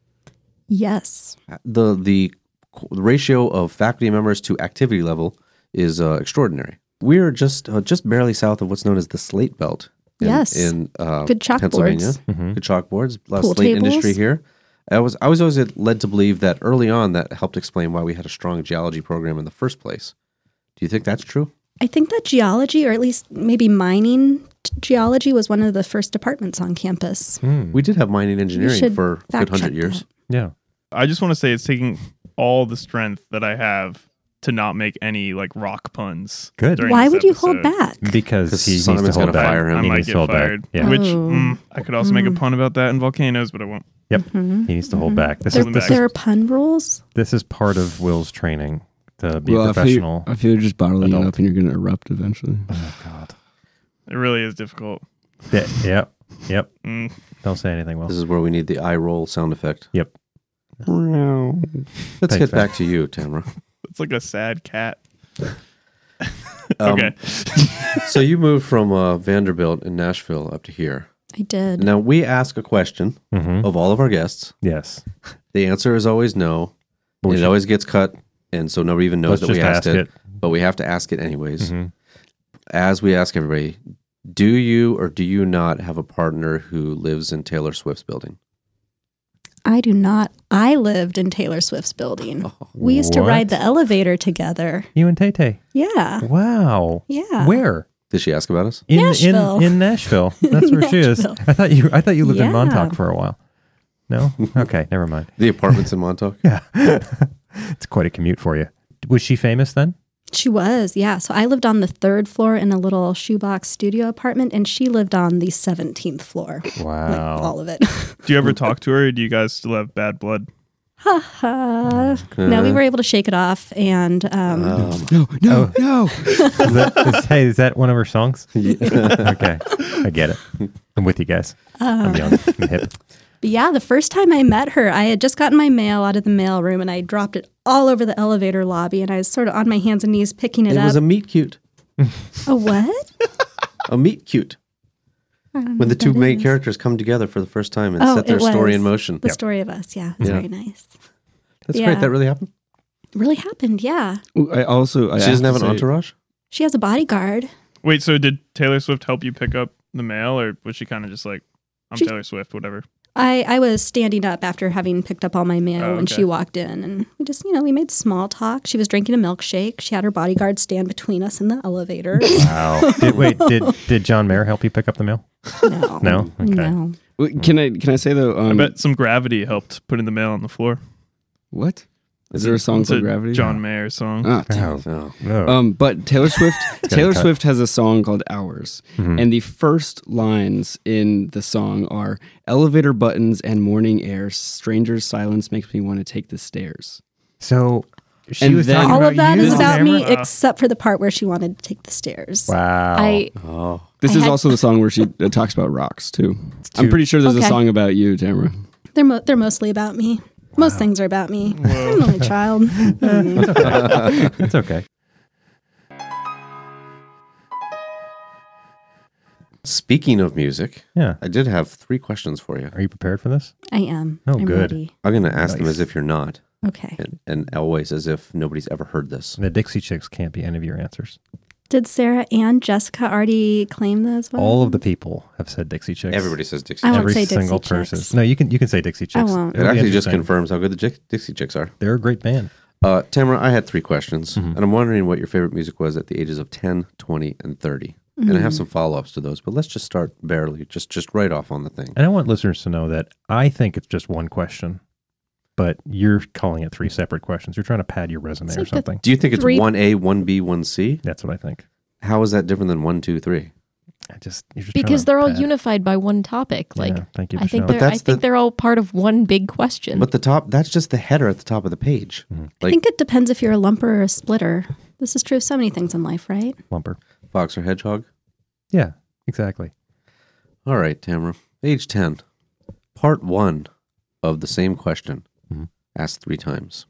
Speaker 3: Yes.
Speaker 5: The the qu- the ratio of faculty members to activity level is uh, extraordinary. We are just uh, just barely south of what's known as the Slate Belt. In,
Speaker 3: Yes.
Speaker 5: in uh,
Speaker 3: Good chalkboards.
Speaker 5: Pennsylvania,
Speaker 2: Mhm.
Speaker 5: good chalkboards, a lot of
Speaker 3: Pool
Speaker 5: slate industry
Speaker 3: tables.
Speaker 5: here. I was I was always led to believe that early on that helped explain why we had a strong geology program in the first place. Do you think that's true?
Speaker 2: Mm-hmm.
Speaker 3: I think that geology, or at least maybe mining t- geology, was one of the first departments on campus.
Speaker 5: We did have mining engineering
Speaker 3: should
Speaker 5: for a good
Speaker 3: fact
Speaker 5: hundred
Speaker 3: check
Speaker 5: years.
Speaker 3: that.
Speaker 2: Hmm. Yeah.
Speaker 6: I just want to say it's taking all the strength that I have to not make any like rock puns.
Speaker 2: Good.
Speaker 6: during
Speaker 3: Why
Speaker 6: this
Speaker 3: would you hold
Speaker 6: episode.
Speaker 3: back?
Speaker 2: Because
Speaker 5: 'Cause
Speaker 2: he needs to
Speaker 5: Simon's
Speaker 2: hold
Speaker 5: gonna
Speaker 2: back.
Speaker 5: fire him.
Speaker 6: I
Speaker 2: He
Speaker 6: might
Speaker 2: needs to
Speaker 6: get
Speaker 2: hold
Speaker 6: fired.
Speaker 2: back. Yeah.
Speaker 6: Which
Speaker 3: Oh.
Speaker 6: mm, I could also make a pun about that in volcanoes, but I won't.
Speaker 2: Yep. He needs to hold back. This
Speaker 3: There,
Speaker 2: is this,
Speaker 3: there
Speaker 2: is
Speaker 3: are pun rules.
Speaker 2: this is part of Will's training to be
Speaker 4: well,
Speaker 2: a
Speaker 4: I feel,
Speaker 2: professional.
Speaker 4: you- I feel you're just bottling
Speaker 2: adult.
Speaker 4: it up and you're going to erupt eventually.
Speaker 2: oh God.
Speaker 6: It really is difficult.
Speaker 2: Yeah, yep. Yep.
Speaker 6: Mm.
Speaker 2: Don't say anything,
Speaker 5: This
Speaker 2: Will.
Speaker 5: is where we need the eye roll sound effect.
Speaker 2: Yep.
Speaker 5: Let's
Speaker 2: Thanks,
Speaker 5: get back to you, Tamara.
Speaker 6: It's like a sad cat.
Speaker 5: Um,
Speaker 6: okay.
Speaker 5: so you moved from uh, Vanderbilt in Nashville up to here.
Speaker 3: I did.
Speaker 5: Now we ask a question
Speaker 2: Mm-hmm.
Speaker 5: of all of our guests.
Speaker 2: Yes.
Speaker 5: The answer is always no.
Speaker 2: But we
Speaker 5: and it
Speaker 2: should-
Speaker 5: always gets cut, and so nobody even
Speaker 2: Let's
Speaker 5: knows that
Speaker 2: just
Speaker 5: we
Speaker 2: ask
Speaker 5: asked it,
Speaker 2: it.
Speaker 5: But we have to ask it anyways.
Speaker 2: Mhm.
Speaker 5: As we ask everybody, do you or do you not have a partner who lives in Taylor Swift's building?
Speaker 3: I do not. I lived in Taylor Swift's building. we used to
Speaker 2: What?
Speaker 3: ride the elevator together.
Speaker 2: You and Tay Tay.
Speaker 3: Yeah.
Speaker 2: Wow.
Speaker 3: Yeah.
Speaker 2: Where?
Speaker 5: Did she ask about us?
Speaker 2: In
Speaker 3: Nashville.
Speaker 2: in in Nashville. That's where she is.
Speaker 3: Nashville.
Speaker 2: I thought you I thought you lived
Speaker 3: Yeah.
Speaker 2: in Montauk for a while. No? Okay, never mind.
Speaker 5: The apartments in Montauk?
Speaker 2: Yeah. it's quite a commute for you. Was she famous then?
Speaker 3: She was, yeah. So I lived on the third floor in a little shoebox studio apartment, and she lived on the 17th floor. Like all of it.
Speaker 6: Do you ever talk to her? Or do you guys still have bad blood?
Speaker 3: ha ha. No, we were able to shake it off, and um,
Speaker 2: Oh
Speaker 4: No, no, no.
Speaker 2: Is that, is, hey, is that one of her songs? okay. I get it. I'm with you guys.
Speaker 3: Oh.
Speaker 2: I'm young. I'm hip.
Speaker 3: but uh, yeah, the first time I met her, I had just gotten my mail out of the mail room, and I dropped it all over the elevator lobby, and I was sort of on my hands and knees picking it,
Speaker 5: It
Speaker 3: up.
Speaker 5: was a meet cute.
Speaker 3: a what?
Speaker 5: A meet cute. When the two main characters come together for the first time and
Speaker 3: Oh,
Speaker 5: set their
Speaker 3: it was.
Speaker 5: story in motion.
Speaker 3: The story of us, yeah, it's
Speaker 5: Yeah.
Speaker 3: very nice.
Speaker 5: That's
Speaker 3: yeah.
Speaker 5: great. That really happened.
Speaker 3: It really happened, yeah.
Speaker 4: I also, I
Speaker 5: she doesn't have an
Speaker 4: to say-
Speaker 5: entourage?
Speaker 3: She has a bodyguard.
Speaker 6: Wait, so did Taylor Swift help you pick up the mail, or was she kind of just like, "I'm
Speaker 3: She-
Speaker 6: Taylor Swift, whatever"?
Speaker 3: I, I was standing up after having picked up all my mail
Speaker 6: Oh,
Speaker 3: when
Speaker 6: okay.
Speaker 3: she walked in, and we just, you know, we made small talk. She was drinking a milkshake. She had her bodyguard stand between us in the elevator.
Speaker 2: Wow. Did, wait, did did John Mayer help you pick up the mail?
Speaker 3: no.
Speaker 2: No? Okay.
Speaker 3: No.
Speaker 4: Wait, Can I can I say though? Um,
Speaker 6: I bet some gravity helped putting the mail on the floor.
Speaker 4: What is there a song
Speaker 6: It's a
Speaker 4: called Gravity?
Speaker 6: John Mayer song.
Speaker 4: Ah, damn.
Speaker 2: Oh,
Speaker 5: No.
Speaker 2: no.
Speaker 4: Um, but Taylor Swift, Taylor
Speaker 2: cut.
Speaker 4: Swift has a song called "Hours," and the first lines in the song are "Elevator buttons and morning air, strangers' silence makes me want to take the stairs."
Speaker 2: so she
Speaker 4: and
Speaker 2: was
Speaker 4: then-
Speaker 2: talking
Speaker 4: How
Speaker 3: All of that
Speaker 2: you
Speaker 3: is
Speaker 2: on
Speaker 3: about
Speaker 2: camera?
Speaker 3: me, except for the part where she wanted to take the stairs.
Speaker 2: Wow.
Speaker 7: I
Speaker 5: Oh.
Speaker 4: This
Speaker 7: I
Speaker 4: is
Speaker 7: had-
Speaker 4: also the song where she uh, talks about rocks too. I'm
Speaker 2: too-
Speaker 4: pretty sure there's
Speaker 7: Okay.
Speaker 4: a song about you, Tamara.
Speaker 3: They're, mo- they're mostly about me. Most things are about me. I'm an only child. Mm.
Speaker 2: That's okay.
Speaker 5: Speaking of music,
Speaker 2: Yeah.
Speaker 5: I did have three questions for you.
Speaker 2: Are you prepared for this?
Speaker 3: I am.
Speaker 2: Oh,
Speaker 3: I'm
Speaker 2: good.
Speaker 3: ready.
Speaker 5: I'm going to ask them
Speaker 2: Nice.
Speaker 5: as if you're not,
Speaker 3: Okay.
Speaker 5: and, and always as if nobody's ever heard this.
Speaker 2: The Dixie Chicks can't be any of your answers.
Speaker 3: Did Sarah and Jessica already claim those? Ones?
Speaker 2: All of the people have said Dixie Chicks.
Speaker 5: Everybody says Dixie.
Speaker 3: Oh. I
Speaker 5: Chicks.
Speaker 3: won't
Speaker 2: Every
Speaker 3: say Dixie
Speaker 2: single
Speaker 3: Chicks.
Speaker 2: person. No, you can you can say Dixie Chicks.
Speaker 3: won't.
Speaker 5: It
Speaker 2: It'll be
Speaker 5: actually just
Speaker 2: interesting.
Speaker 5: confirms how good the Jic- Dixie Chicks are.
Speaker 2: They're a great band.
Speaker 5: Uh, Tamara, I had three questions, and I'm wondering what your favorite music was at the ages of 10, 20, and 30. And I
Speaker 3: Mm.
Speaker 5: have some follow ups to those, but let's just start barely, just just right off on the thing.
Speaker 2: And I want listeners to know that I think it's just one question, but you're calling it three separate questions. You're trying to pad your resume
Speaker 7: It's
Speaker 2: or
Speaker 7: like the-
Speaker 2: something.
Speaker 5: Do you think it's
Speaker 7: Three-
Speaker 5: 1A, 1B, 1C?
Speaker 2: That's what I think.
Speaker 5: How is that different than 1, 2, 3?
Speaker 2: I just you're just trying
Speaker 7: because
Speaker 2: to
Speaker 7: they're all
Speaker 2: pad.
Speaker 7: unified by one topic. Like
Speaker 2: yeah, thank you.
Speaker 7: I think
Speaker 2: Michelle.
Speaker 7: they're I
Speaker 5: that's
Speaker 7: think
Speaker 5: the-
Speaker 7: they're all part of one big question.
Speaker 5: But the top, that's just the header at the top of the page.
Speaker 3: I
Speaker 5: Like
Speaker 3: think it depends if you're a lumper or a splitter. This is true of so many things in life, right?
Speaker 2: lumper.
Speaker 5: Fox or Hedgehog?
Speaker 2: Yeah, exactly.
Speaker 5: All right, Tamara. Age 10. Part one of the same question
Speaker 6: Mm-hmm.
Speaker 2: Mhm.
Speaker 5: asked three times.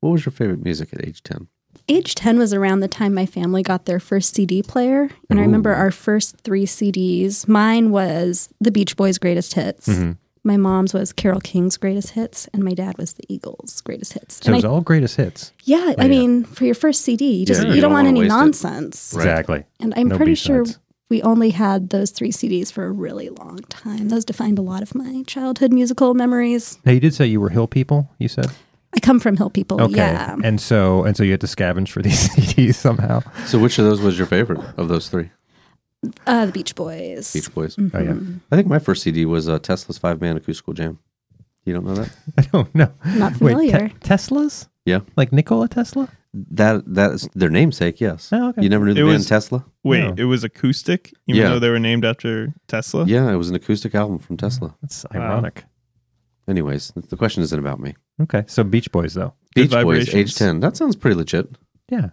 Speaker 5: What was your favorite music at age 10?
Speaker 3: Age 10 was around the time my family got their first CD player. And I remember our first three CDs. Mine was The Beach Boys' greatest hits.
Speaker 2: Mm-hmm.
Speaker 3: My mom's was Carol King's greatest hits. And my dad was The Eagles' greatest hits.
Speaker 2: So
Speaker 3: and
Speaker 2: it's
Speaker 3: I,
Speaker 2: all greatest hits.
Speaker 3: yeah, I
Speaker 2: yeah.
Speaker 3: mean, for your first CD, you just
Speaker 5: you
Speaker 3: you,
Speaker 5: don't
Speaker 3: don't want
Speaker 5: wanna
Speaker 3: any
Speaker 5: waste it.
Speaker 3: nonsense.
Speaker 5: Right.
Speaker 2: Exactly.
Speaker 3: And I'm
Speaker 2: No
Speaker 3: pretty sure
Speaker 2: B-sides.
Speaker 3: we only had those three CDs for a really long time. Those defined a lot of my childhood musical memories.
Speaker 2: Now you did say you were hill people. You said
Speaker 3: I come from Hill People.
Speaker 2: okay,
Speaker 3: Yeah.
Speaker 2: and so and so you had to scavenge for these CDs somehow.
Speaker 5: So, which of those was your favorite of those three?
Speaker 3: Uh, the Beach Boys. Mm-hmm.
Speaker 5: Beach Boys.
Speaker 2: Oh yeah,
Speaker 5: I think my first CD was uh, Tesla's Five Man Acoustical Jam. You don't know that?
Speaker 2: I don't know.
Speaker 3: Not
Speaker 2: Wait,
Speaker 3: familiar.
Speaker 2: Te- Teslas?
Speaker 5: Yeah.
Speaker 2: like Nikola Tesla.
Speaker 5: That that's their namesake. Yes.
Speaker 2: Oh, okay.
Speaker 5: You never knew the
Speaker 6: It
Speaker 5: band
Speaker 6: was-
Speaker 5: Tesla?
Speaker 6: Wait,
Speaker 2: No.
Speaker 6: it was acoustic, even
Speaker 5: Yeah.
Speaker 6: though they were named after Tesla.
Speaker 5: Yeah, it was an acoustic album from Tesla.
Speaker 2: That's ironic.
Speaker 5: Anyways, the question isn't about me.
Speaker 2: Okay, so Beach Boys though.
Speaker 5: Beach
Speaker 6: Good
Speaker 5: Boys, age
Speaker 6: vibrations.
Speaker 5: ten. That sounds pretty legit.
Speaker 2: Yeah.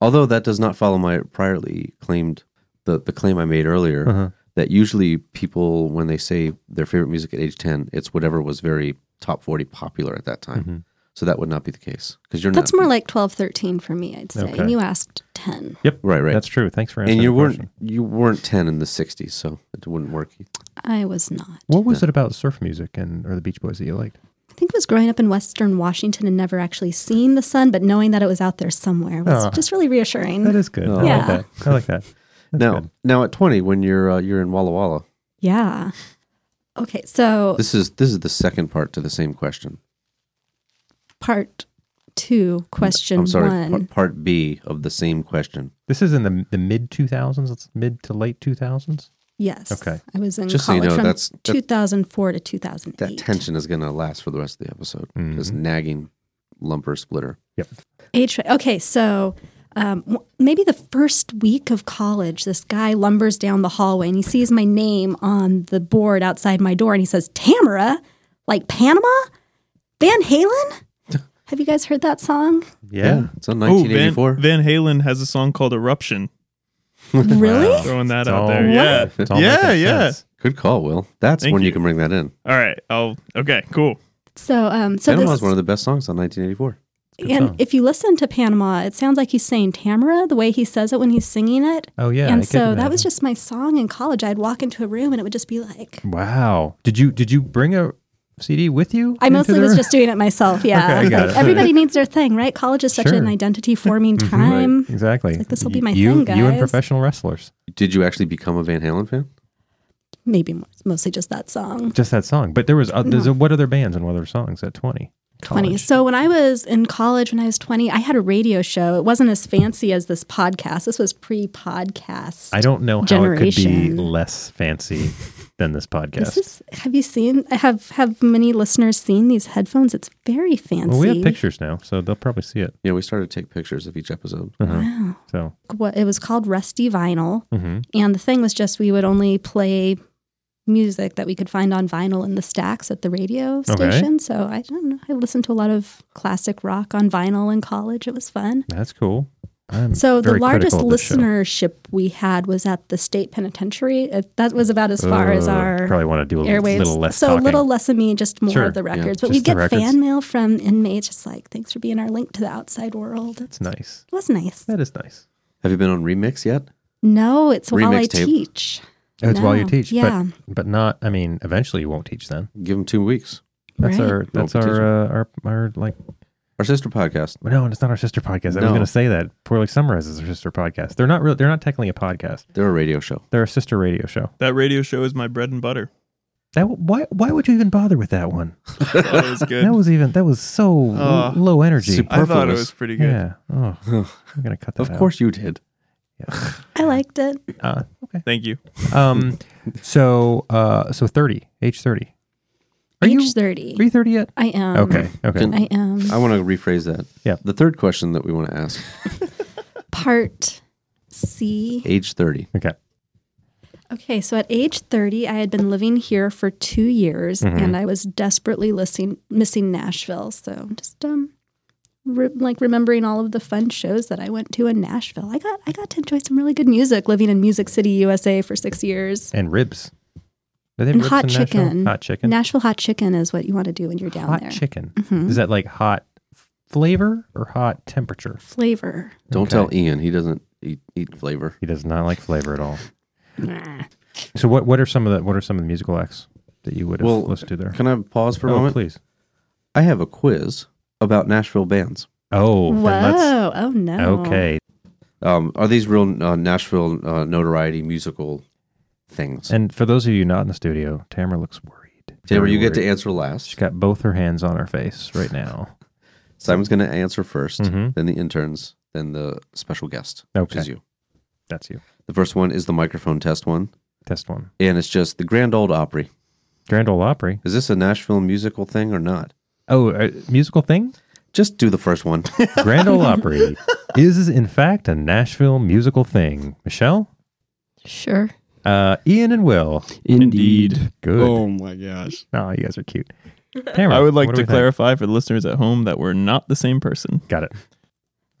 Speaker 5: Although that does not follow my priorly claimed the the claim I made earlier
Speaker 2: Uh-huh.
Speaker 5: that usually people when they say their favorite music at age ten, it's whatever was very top forty popular at that time.
Speaker 2: Mhm.
Speaker 5: So that would not be the case because you're
Speaker 3: That's
Speaker 5: not
Speaker 3: more like 12, 13 for me, I'd say.
Speaker 2: Okay.
Speaker 3: And you asked 10.
Speaker 2: Yep.
Speaker 5: right, right.
Speaker 2: That's true. Thanks for answering.
Speaker 5: and you
Speaker 2: the
Speaker 5: weren't
Speaker 2: question.
Speaker 5: you weren't ten in the '60s, so it wouldn't work. e-
Speaker 3: I was not.
Speaker 2: What was it about surf music and or the Beach Boys that you liked?
Speaker 3: I think it was growing up in Western Washington and never actually seeing the sun, but knowing that it was out there somewhere was
Speaker 2: Ah.
Speaker 3: just really reassuring.
Speaker 2: That is good. I
Speaker 3: Yeah.
Speaker 2: like that. I like that. That's
Speaker 5: Now,
Speaker 2: good.
Speaker 5: now at 20, when you're uh, you're in Walla Walla,
Speaker 3: yeah. Okay. So
Speaker 5: this is this is the second part to the same question.
Speaker 3: part two, question
Speaker 5: I'm sorry,
Speaker 3: one.
Speaker 5: part, part B of the same question.
Speaker 2: This is in the the mid two thousands. It's mid to late two thousands.
Speaker 3: yes.
Speaker 2: Okay.
Speaker 3: I was in
Speaker 5: Just so you
Speaker 3: college
Speaker 5: know,
Speaker 3: from
Speaker 5: that's- that-
Speaker 3: 2004 to
Speaker 5: That
Speaker 3: 2008.
Speaker 5: tension is going to last for the rest of the episode. This
Speaker 2: Mhm.
Speaker 5: nagging lumper splitter.
Speaker 3: Age. ra- Okay, so um, w- maybe the first week of college, this guy lumbers down the hallway and he sees my name on the board outside my door, and he says, "Tamara, like Panama, Van Halen." Have you guys heard that song?
Speaker 5: it's on
Speaker 6: Oh, Van,
Speaker 5: 1984.
Speaker 6: Van Halen has a song called Eruption.
Speaker 3: Really?
Speaker 6: Throwing that
Speaker 2: It's
Speaker 6: out
Speaker 2: all-
Speaker 6: there. Yeah.
Speaker 2: It's all
Speaker 6: Yeah,
Speaker 2: making
Speaker 6: yeah.
Speaker 2: sense.
Speaker 5: Good call, Will. That's
Speaker 6: Thank
Speaker 5: when you.
Speaker 6: you.
Speaker 5: can bring that in.
Speaker 6: All right. I'll, okay, cool.
Speaker 3: So, um, so
Speaker 5: Panama
Speaker 3: this,
Speaker 5: is one of the best songs on 1984.
Speaker 2: Good
Speaker 3: and
Speaker 2: song.
Speaker 3: if you listen to Panama, it sounds like he's saying Tamara the way he says it when he's singing it.
Speaker 2: Oh yeah. I
Speaker 3: and
Speaker 2: could
Speaker 3: so that
Speaker 2: imagine.
Speaker 3: was just my song in college. I'd walk into a room and it would just be like.
Speaker 2: wow. Did you did you bring a CD with you?
Speaker 3: I
Speaker 2: into
Speaker 3: mostly
Speaker 2: the
Speaker 3: was
Speaker 2: room?
Speaker 3: just doing it myself. Yeah.
Speaker 2: Okay, I got
Speaker 3: Like,
Speaker 2: it.
Speaker 3: everybody needs their thing, right? College is such
Speaker 2: Sure.
Speaker 3: an identity forming
Speaker 2: Mhm.
Speaker 3: time.
Speaker 2: Right. Exactly.
Speaker 3: like, this will be
Speaker 2: Y-
Speaker 3: my
Speaker 2: you,
Speaker 3: thing,
Speaker 2: You and
Speaker 3: guys.
Speaker 2: professional wrestlers.
Speaker 5: Did you actually become a Van Halen fan?
Speaker 3: Maybe mo- mostly just that song.
Speaker 2: Just that song. But there was uh, there's a, what other bands and what other songs at twenty?
Speaker 3: 20. So when I was in college, when I was 20, I had a radio show. It wasn't as fancy as this podcast. This was pre podcast.
Speaker 2: I don't know how it could
Speaker 3: Generation.
Speaker 2: be less fancy than this podcast.
Speaker 3: This is, have you seen, have, have many listeners seen these headphones? It's very fancy.
Speaker 2: well, we have pictures now, so they'll probably see it. Uh-huh.
Speaker 5: Yeah, we started to take pictures of each episode.
Speaker 3: Wow.
Speaker 2: So
Speaker 3: What, it was called Rusty Vinyl.
Speaker 2: mhm.
Speaker 3: And the thing was just we would only play music that we could find on vinyl in the stacks at the radio
Speaker 2: Okay.
Speaker 3: station. So I don't know. I listened to a lot of classic rock on vinyl in college. It was fun.
Speaker 2: that's cool. I'm
Speaker 3: So the
Speaker 2: very
Speaker 3: largest
Speaker 2: critical of this show.
Speaker 3: listenership we had was at the state penitentiary. It, that was about as far as
Speaker 2: Uh,
Speaker 3: our
Speaker 2: probably want to do a little,
Speaker 3: airwaves.
Speaker 2: little less
Speaker 3: so
Speaker 2: talking.
Speaker 3: a little less of me, just more
Speaker 2: Sure.
Speaker 3: of the
Speaker 2: Yeah,
Speaker 3: records. but
Speaker 2: just
Speaker 3: we'd
Speaker 2: the
Speaker 3: get
Speaker 2: records.
Speaker 3: fan mail from inmates, just like thanks for being our link to the outside world. It
Speaker 2: It's nice.
Speaker 3: was nice.
Speaker 2: That is nice.
Speaker 5: Have you been on Remix yet?
Speaker 3: No, it's while
Speaker 5: Remix
Speaker 3: I
Speaker 5: tape.
Speaker 3: teach.
Speaker 2: Oh, It's while you
Speaker 3: No,
Speaker 2: teach,
Speaker 3: yeah.
Speaker 2: but but not. I mean, eventually you won't teach then.
Speaker 5: Give them two weeks.
Speaker 2: That's
Speaker 3: Right.
Speaker 2: our that's
Speaker 5: Won't teach
Speaker 2: our, uh, our our like.
Speaker 5: Our sister podcast.
Speaker 2: well, No, it's not our sister podcast. I was
Speaker 5: No.
Speaker 2: going to say that. Poorly summarizes our sister podcast. They're not real. They're not technically a podcast.
Speaker 5: They're a radio show.
Speaker 2: They're a sister radio show.
Speaker 6: That radio show is my bread and butter.
Speaker 2: That why why would you even bother with that one?
Speaker 6: I thought it was good.
Speaker 2: That was even that was so
Speaker 6: Oh.
Speaker 2: low energy.
Speaker 5: Uh, Super-
Speaker 6: I thought it
Speaker 5: superfluous.
Speaker 6: was pretty good.
Speaker 2: yeah. Oh, I'm gonna cut that.
Speaker 5: Of
Speaker 2: out.
Speaker 5: course you did.
Speaker 2: Yeah.
Speaker 3: I liked it.
Speaker 2: Uh, okay.
Speaker 6: Thank you.
Speaker 2: Um. so uh. So thirty. Age thirty. Are
Speaker 3: Age
Speaker 2: you
Speaker 3: thirty. Mm-hmm.
Speaker 2: are you thirty yet?
Speaker 3: I am.
Speaker 2: Okay. Oh. Okay.
Speaker 5: Can-
Speaker 3: I am
Speaker 5: I want to rephrase that.
Speaker 2: Yeah.
Speaker 5: The third question that we want to ask
Speaker 3: part C.
Speaker 5: age 30.
Speaker 2: Okay.
Speaker 3: Okay, so at age 30, I had been living here for two years
Speaker 2: Mm-hmm.
Speaker 3: and I was desperately listing, missing Nashville. So just um, re- like remembering all of the fun shows that I went to in Nashville. I got I got to enjoy some really good music living in Music City, USA for six years.
Speaker 2: And ribs. Do they have
Speaker 3: And
Speaker 2: ribs
Speaker 3: hot
Speaker 2: in Nashville?
Speaker 3: chicken.
Speaker 2: Hot chicken.
Speaker 3: Nashville hot chicken is what you want to do when you're down
Speaker 2: hot
Speaker 3: there. Mm-hmm.
Speaker 2: chicken. Is that like hot f- flavor or hot temperature?
Speaker 3: Flavor.
Speaker 5: Don't
Speaker 2: Okay.
Speaker 5: tell Ian. He doesn't eat, eat flavor.
Speaker 2: He does not like flavor at all. so what what are some of the what are some of the musical acts that you would have
Speaker 5: Well,
Speaker 2: listened to there?
Speaker 5: Can I pause for a
Speaker 2: oh,
Speaker 5: moment?
Speaker 2: please.
Speaker 5: I have a quiz about Nashville bands.
Speaker 2: Oh,
Speaker 3: Whoa.
Speaker 2: then let's
Speaker 3: oh, no.
Speaker 2: okay.
Speaker 5: Um, are these real uh, Nashville uh, notoriety musical things?
Speaker 2: And for those of you not in the studio, Tamara looks worried.
Speaker 5: Taylor,
Speaker 2: Very
Speaker 5: you get to
Speaker 2: worried.
Speaker 5: answer
Speaker 2: She's
Speaker 5: last.
Speaker 2: got both her hands on her face right now.
Speaker 5: Simon's going to answer 1st
Speaker 2: Mhm.
Speaker 5: then the interns, then the special guest, which
Speaker 2: Okay.
Speaker 5: is you.
Speaker 2: That's you.
Speaker 5: The first one is the microphone test one,
Speaker 2: Test one.
Speaker 5: and it's just the Grand Old Opry.
Speaker 2: Grand Ole Opry.
Speaker 5: Is this a Nashville musical thing or not?
Speaker 2: Oh, uh, musical thing?
Speaker 5: Just do the first one.
Speaker 2: Grand Ole Opry is in fact a Nashville musical thing. Michelle,
Speaker 7: Sure.
Speaker 2: uh, Ian, and Will.
Speaker 4: Indeed.
Speaker 2: Good.
Speaker 4: Oh my gosh.
Speaker 2: Oh, you guys are cute. Tamara,
Speaker 6: I would like
Speaker 2: what do
Speaker 6: to
Speaker 2: we think?
Speaker 6: clarify for the listeners at home that we're not the same person.
Speaker 2: Got it.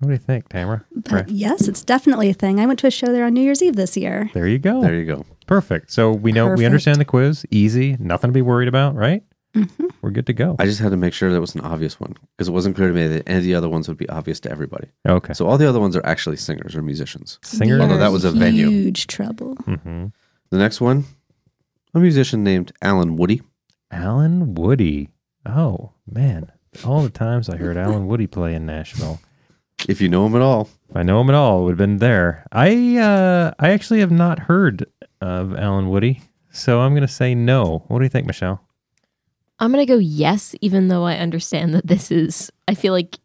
Speaker 2: What do you think, Tamara?
Speaker 3: But
Speaker 2: Right.
Speaker 3: yes, it's definitely a thing. I went to a show there on New Year's Eve this year.
Speaker 2: There you go.
Speaker 5: there you go.
Speaker 2: Perfect. So we know we
Speaker 3: Perfect.
Speaker 2: understand the quiz. Easy. Nothing to be worried about, right?
Speaker 3: Mm-hmm.
Speaker 2: We're good to go.
Speaker 5: I just had to make sure that was an obvious one because it wasn't clear to me that any of the other ones would be obvious to everybody.
Speaker 2: okay.
Speaker 5: So all the other ones are actually singers or musicians.
Speaker 2: Singer.
Speaker 3: We
Speaker 5: Although
Speaker 3: are
Speaker 5: that was a venue.
Speaker 3: Huge trouble.
Speaker 2: hmm
Speaker 5: The next one, a musician named Alan Woody.
Speaker 2: Alan Woody. Oh man, all the times I heard Alan Woody play in Nashville.
Speaker 5: If you know him at all,
Speaker 2: If I know him at all, it would have been there. I uh, I actually have not heard of Alan Woody, so I'm gonna say no. What do you think, Michelle?
Speaker 7: I'm gonna go yes, even though I understand that this is. I feel like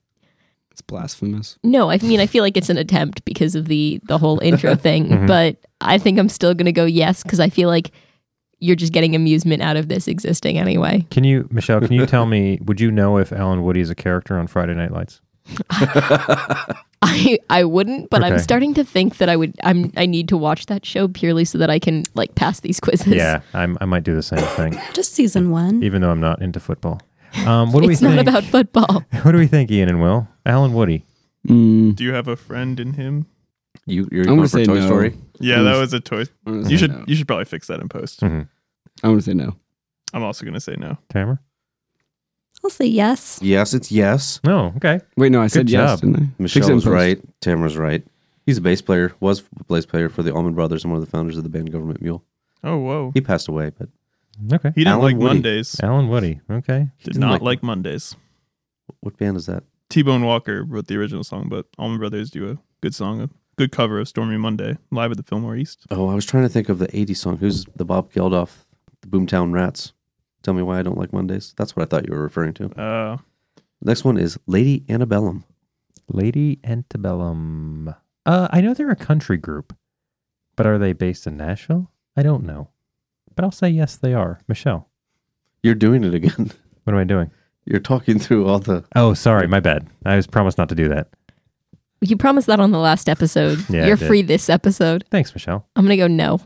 Speaker 4: It's blasphemous.
Speaker 7: no. I mean, I feel like it's an attempt because of the the whole intro thing.
Speaker 2: Mhm.
Speaker 7: But I think I'm still gonna go yes because I feel like you're just getting amusement out of this existing anyway.
Speaker 2: Can you, Michelle? Can you tell me? Would you know if Alan Woody is a character on Friday Night Lights?
Speaker 7: I I wouldn't, but I'm
Speaker 2: Okay.
Speaker 7: starting to think that I would. I'm I need to watch that show purely so that I can like pass these quizzes.
Speaker 2: Yeah, I'm, I might do the same thing,
Speaker 3: Just season one.
Speaker 2: even though I'm not into football. Um, what do
Speaker 7: it's
Speaker 2: we
Speaker 7: not
Speaker 2: think?
Speaker 7: about football.
Speaker 2: what do we think, Ian and Will? Alan Woody.
Speaker 4: Mm,
Speaker 6: Do you have a friend in him?
Speaker 5: you, you're
Speaker 4: I'm
Speaker 5: going
Speaker 4: gonna
Speaker 5: for
Speaker 4: say
Speaker 5: Toy
Speaker 4: no.
Speaker 5: Story.
Speaker 6: Yeah, that was a toy.
Speaker 4: I'm gonna say
Speaker 6: You should
Speaker 4: no.
Speaker 6: you should probably fix that in post.
Speaker 2: Mhm.
Speaker 4: I'm gonna say no.
Speaker 6: I'm also gonna say no.
Speaker 2: Tamara.
Speaker 3: I'll say yes.
Speaker 5: Yes, it's yes.
Speaker 2: No. Okay.
Speaker 4: Wait, no, I said
Speaker 2: job.
Speaker 4: yes, didn't I? Fix it
Speaker 5: Michelle
Speaker 4: in
Speaker 5: was
Speaker 4: post.
Speaker 5: right. Tamara's right. He's a bass player, was a bass player for the Allman Brothers and one of the founders of the band Government Mule.
Speaker 6: Oh whoa.
Speaker 5: He passed away, but
Speaker 2: Okay.
Speaker 6: He didn't
Speaker 5: Alan
Speaker 6: like
Speaker 5: Woody.
Speaker 6: Mondays.
Speaker 2: Alan Woody. Okay.
Speaker 6: Did
Speaker 5: didn't
Speaker 6: not
Speaker 5: like-
Speaker 6: like Mondays.
Speaker 5: what band is that?
Speaker 6: T Bone Walker wrote the original song, but Allman Brothers do a good song, a good cover of Stormy Monday, live at the Fillmore East.
Speaker 5: Oh, I was trying to think of the 80s song. Who's the Bob Geldof, the Boomtown Rats? Tell me why I don't like Mondays. That's what I thought you were referring to.
Speaker 6: Uh,
Speaker 5: Next one is Lady Antebellum.
Speaker 2: Lady Antebellum. Uh, I know they're a country group, but are they based in Nashville? I don't know, but I'll say yes, they are. Michelle,
Speaker 5: You're doing it again.
Speaker 2: what am I doing?
Speaker 5: You're talking through all the.
Speaker 2: Oh, sorry, my bad. I was promised not to do that.
Speaker 7: You promised that on the last episode.
Speaker 2: Yeah, I
Speaker 7: You're
Speaker 2: did.
Speaker 7: free this episode.
Speaker 2: Thanks, Michelle.
Speaker 7: I'm gonna go no.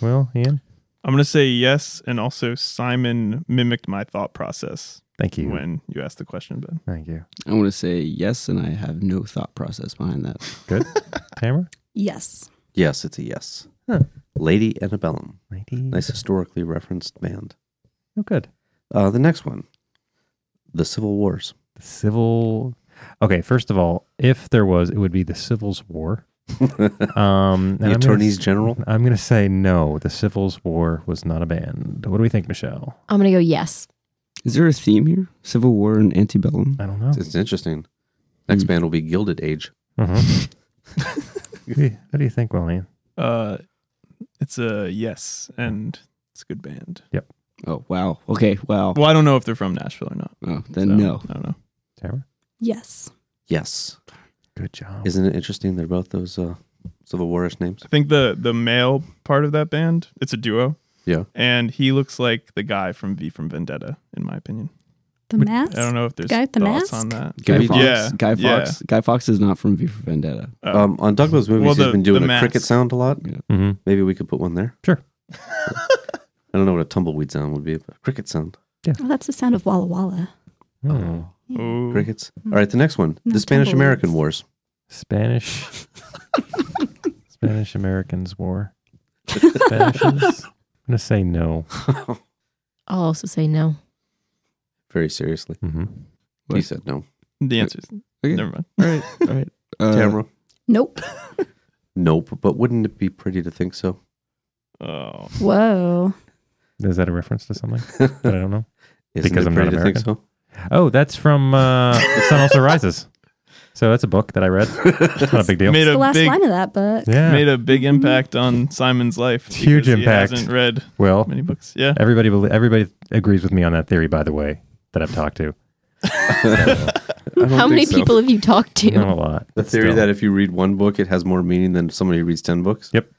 Speaker 2: Will, Ian,
Speaker 6: I'm gonna say yes, and also Simon mimicked my thought process
Speaker 2: thank you.
Speaker 6: when you asked the question, Ben.
Speaker 2: Thank you.
Speaker 4: I want to say yes, and I have no thought process behind that.
Speaker 2: Good. Tamara.
Speaker 3: Yes.
Speaker 5: Yes, it's a yes.
Speaker 2: Huh.
Speaker 5: Lady Antebellum.
Speaker 2: Lady.
Speaker 5: Nice historically referenced band.
Speaker 2: Oh, good.
Speaker 5: Uh, the next one, The Civil Wars.
Speaker 2: The Civil. Okay, first of all, if there was, it would be the Civil's War. Um, and
Speaker 5: The
Speaker 2: I'm gonna
Speaker 5: attorneys
Speaker 2: s-
Speaker 5: general?
Speaker 2: I'm going to say no. The Civil's War was not abandoned. What do we think, Michelle?
Speaker 7: I'm gonna go yes.
Speaker 4: Is there a theme here? Civil War and antebellum?
Speaker 2: I don't know.
Speaker 5: It's interesting. Next
Speaker 2: Hmm.
Speaker 5: band will be Gilded Age.
Speaker 2: Mhm. what, do you, what do you think, William?
Speaker 6: Uh, it's a yes, and it's a good band.
Speaker 4: Oh, wow. Okay, wow.
Speaker 6: Well, I don't know if they're from Nashville or not.
Speaker 4: Oh, then
Speaker 6: so
Speaker 4: no.
Speaker 6: I don't know.
Speaker 2: Tara?
Speaker 3: Yes.
Speaker 5: Yes.
Speaker 2: Good job.
Speaker 5: Oh. Isn't it interesting? They're both those uh, Civil Warish names.
Speaker 6: I think the the male part of that band, it's a duo.
Speaker 5: Yeah.
Speaker 6: And he looks like the guy from V from Vendetta, in my opinion.
Speaker 3: The
Speaker 6: Would-
Speaker 3: mask.
Speaker 6: I don't know if there's
Speaker 3: Guy with the
Speaker 6: thoughts
Speaker 3: mask?
Speaker 6: on that.
Speaker 4: Guy
Speaker 5: Maybe-
Speaker 4: Fox.
Speaker 6: Yeah,
Speaker 4: Guy Fox.
Speaker 6: yeah.
Speaker 4: Guy Fox is not from V for Vendetta.
Speaker 6: Uh,
Speaker 5: Um, on Douglas movies,
Speaker 6: Well, the-
Speaker 5: he's been doing
Speaker 6: the
Speaker 5: a
Speaker 6: mats.
Speaker 5: cricket sound a lot.
Speaker 2: hmm
Speaker 5: Maybe we could put one there.
Speaker 2: Sure.
Speaker 5: I don't know what a tumbleweed sound would be, but a cricket sound.
Speaker 3: Oh, that's the sound of Walla Walla.
Speaker 5: Oh.
Speaker 2: Hmm.
Speaker 6: ooh.
Speaker 5: Crickets. All right, the next one
Speaker 3: No,
Speaker 5: The Spanish American Wars.
Speaker 2: Spanish. Spanish Americans War. Spanishes? I'm going to say no.
Speaker 7: I'll also say no.
Speaker 5: Very seriously.
Speaker 2: hmm
Speaker 5: He
Speaker 4: What?
Speaker 5: said no.
Speaker 6: The answer's
Speaker 4: Okay.
Speaker 6: never mind.
Speaker 4: All right. All right. Uh,
Speaker 5: Tamara?
Speaker 3: Nope.
Speaker 5: Nope. But wouldn't it be pretty to think so?
Speaker 6: Oh.
Speaker 3: Whoa.
Speaker 2: Is that a reference to something
Speaker 5: Isn't
Speaker 2: that I don't know?
Speaker 5: it
Speaker 2: I'm not
Speaker 5: pretty to think
Speaker 2: American.
Speaker 5: so?
Speaker 2: Oh, that's from uh, The Sun Also Rises. So that's a book that I read. It's not a big deal.
Speaker 6: Made
Speaker 3: The
Speaker 6: a
Speaker 3: last
Speaker 6: big
Speaker 3: line of that book.
Speaker 2: yeah.
Speaker 6: made a big impact on Simon's life. because
Speaker 2: Huge
Speaker 6: he
Speaker 2: impact.
Speaker 6: hasn't read
Speaker 2: well,
Speaker 6: many books. Yeah.
Speaker 2: everybody belie- everybody agrees with me on that theory, by the way, that I've talked to.
Speaker 5: I don't
Speaker 7: How
Speaker 5: think
Speaker 7: many
Speaker 5: so.
Speaker 7: people have you talked to?
Speaker 2: Not a lot.
Speaker 5: The
Speaker 2: but
Speaker 5: theory
Speaker 2: still.
Speaker 5: that if you read one book, it has more meaning than somebody who reads 10 books?
Speaker 2: Yep.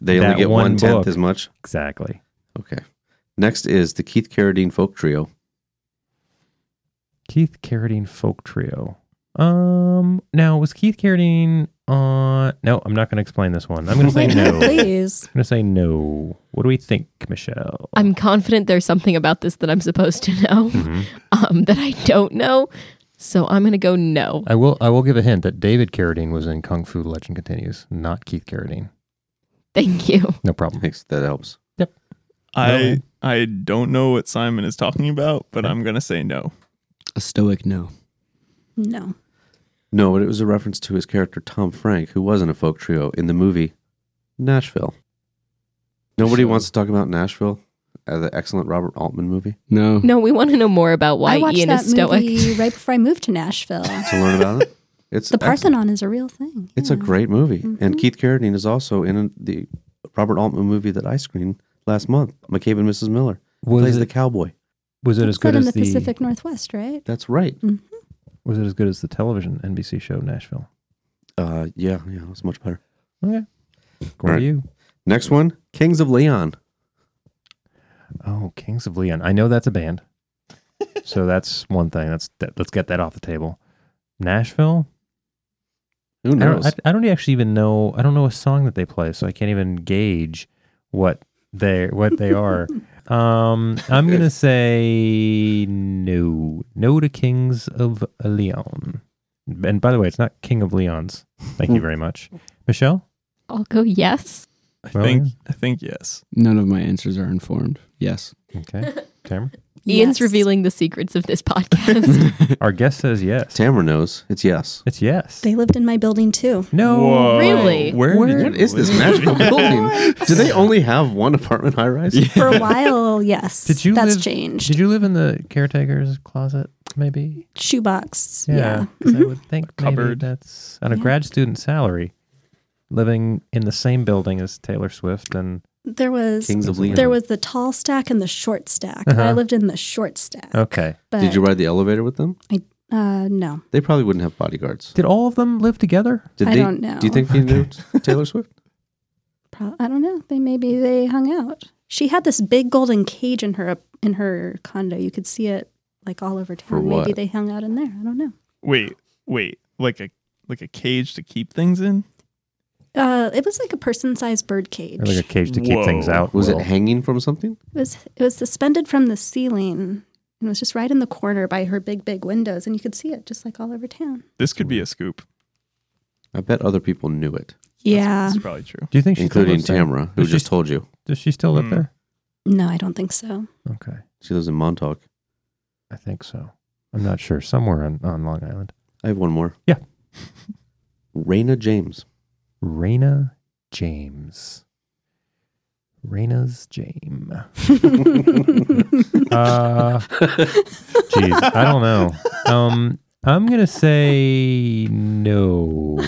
Speaker 5: They
Speaker 2: That
Speaker 5: only get
Speaker 2: one
Speaker 5: one tenth
Speaker 2: book.
Speaker 5: as much?
Speaker 2: Exactly.
Speaker 5: Okay. Next is the Keith Carradine Folk Trio.
Speaker 2: Keith Carradine Folk Trio. Um, now was Keith Carradine on? No, I'm not going to explain this one. I'm going to say
Speaker 3: Wait,
Speaker 2: no.
Speaker 3: no,
Speaker 2: I'm going
Speaker 3: please.
Speaker 2: to say no. What do we think, Michelle?
Speaker 7: I'm confident there's something about this that I'm supposed to know
Speaker 5: Mm-hmm.
Speaker 2: Mhm.
Speaker 7: um, that I don't know. So I'm gonna go no.
Speaker 2: I will. I will give a hint that David Carradine was in Kung Fu Legend Continues, not Keith Carradine.
Speaker 7: Thank you.
Speaker 2: No problem.
Speaker 5: Thanks. That helps.
Speaker 6: I I don't know what Simon is talking about, but I'm gonna say no.
Speaker 4: A stoic no.
Speaker 3: No.
Speaker 5: No, but it was a reference to his character Tom Frank, who was in a folk trio in the movie Nashville. Nobody
Speaker 4: Sure.
Speaker 5: wants to talk about Nashville, uh, the excellent Robert Altman movie,
Speaker 4: No.
Speaker 7: No, we want to know more about why
Speaker 3: I watched
Speaker 7: Ian
Speaker 3: that
Speaker 7: is stoic.
Speaker 3: movie right before I moved to Nashville.
Speaker 5: to learn about it. It's
Speaker 3: the
Speaker 5: excellent.
Speaker 3: Parthenon is a real thing.
Speaker 5: It's a
Speaker 3: yeah.
Speaker 5: great movie. And
Speaker 3: Mhm.
Speaker 5: Keith Carradine is also in the Robert Altman movie that I screened last month, McCabe and Mrs. Miller.
Speaker 2: Was
Speaker 5: plays the
Speaker 2: it,
Speaker 5: cowboy.
Speaker 2: was it
Speaker 3: It's
Speaker 2: as good
Speaker 3: set in
Speaker 2: as
Speaker 3: the
Speaker 2: the
Speaker 3: Pacific Northwest, right?
Speaker 5: That's right.
Speaker 2: Was it as good as the television NBC show Nashville?
Speaker 5: Uh, yeah, yeah, it's much better.
Speaker 2: Okay. Go
Speaker 5: All right.
Speaker 2: to you.
Speaker 5: Next one, Kings of Leon.
Speaker 2: Oh, Kings of Leon. I know that's a band. so that's one thing. That's that, let's get that off the table. Nashville.
Speaker 5: Who
Speaker 2: I don't,
Speaker 5: knows?
Speaker 2: I, I don't actually even know. I don't know a song that they play, so I can't even gauge what they what they are. um, I'm gonna say no, no to Kings of Leon. And by the way, it's not King of Leon's. Thank you very much, Michelle.
Speaker 7: I'll go yes.
Speaker 6: I
Speaker 2: Well,
Speaker 6: think I think yes.
Speaker 4: None of my answers are informed. Yes.
Speaker 2: Okay, Tamara.
Speaker 7: Ian's
Speaker 3: Yes.
Speaker 7: revealing the secrets of this podcast.
Speaker 2: Our guest says yes.
Speaker 5: Tamara knows. It's yes.
Speaker 2: it's yes.
Speaker 3: They lived in my building too.
Speaker 2: no,
Speaker 6: Whoa.
Speaker 7: Really?
Speaker 6: Where,
Speaker 2: Where-
Speaker 6: did you
Speaker 5: What is this
Speaker 6: live?
Speaker 5: magical building? Do they only have one apartment high rise?
Speaker 3: For a while, yes.
Speaker 2: Did you
Speaker 3: That's
Speaker 2: live-
Speaker 3: changed.
Speaker 2: Did you live in the caretaker's closet? Maybe.
Speaker 3: Shoebox.
Speaker 2: Yeah,
Speaker 3: Yeah.
Speaker 2: 'cause I would think maybe
Speaker 6: cupboard.
Speaker 2: that's on a
Speaker 3: Yeah.
Speaker 2: grad student salary, living in the same building as Taylor Swift and
Speaker 3: There was
Speaker 5: Kings of Leon.
Speaker 3: there was the tall stack and the short stack. and
Speaker 2: Uh-huh.
Speaker 3: I lived in the short stack.
Speaker 2: okay.
Speaker 3: But
Speaker 5: Did you ride the elevator with them?
Speaker 3: uh no.
Speaker 5: They probably wouldn't have bodyguards.
Speaker 2: Did all of them live together?
Speaker 5: Did
Speaker 3: I
Speaker 5: they?
Speaker 3: don't know.
Speaker 5: Do you think they knew Taylor Swift?
Speaker 3: Pro- I don't know. They maybe they hung out. She had this big golden cage in her in her condo. You could see it like all over town.
Speaker 5: For
Speaker 3: Maybe
Speaker 5: what?
Speaker 3: they hung out in there. I don't know.
Speaker 6: Wait, wait, like a like a cage to keep things in?
Speaker 3: Uh, it was like a person-sized bird cage.
Speaker 2: Or like a cage to keep
Speaker 6: Whoa.
Speaker 2: things out.
Speaker 5: Was
Speaker 2: Will?
Speaker 5: it hanging from something?
Speaker 3: It was it was suspended from the ceiling and was just right in the corner by her big big windows, and you could see it just like all over town.
Speaker 6: This could be a scoop.
Speaker 5: I bet other people knew it,
Speaker 3: Yeah.
Speaker 6: That's probably true.
Speaker 2: Do you think she
Speaker 5: including
Speaker 2: still lives there?
Speaker 5: Tamara, who
Speaker 2: Does she-
Speaker 5: just told you
Speaker 2: Does she still live
Speaker 6: Mm.
Speaker 2: there?
Speaker 3: No, I don't think so.
Speaker 2: Okay,
Speaker 5: she lives in Montauk.
Speaker 2: I think so. I'm not sure. Somewhere on, on Long Island.
Speaker 5: I have one more.
Speaker 2: Yeah.
Speaker 5: Raina James.
Speaker 2: Raina James. Raina's James. Uh, Jeez, I don't know. Um, I'm gonna say no,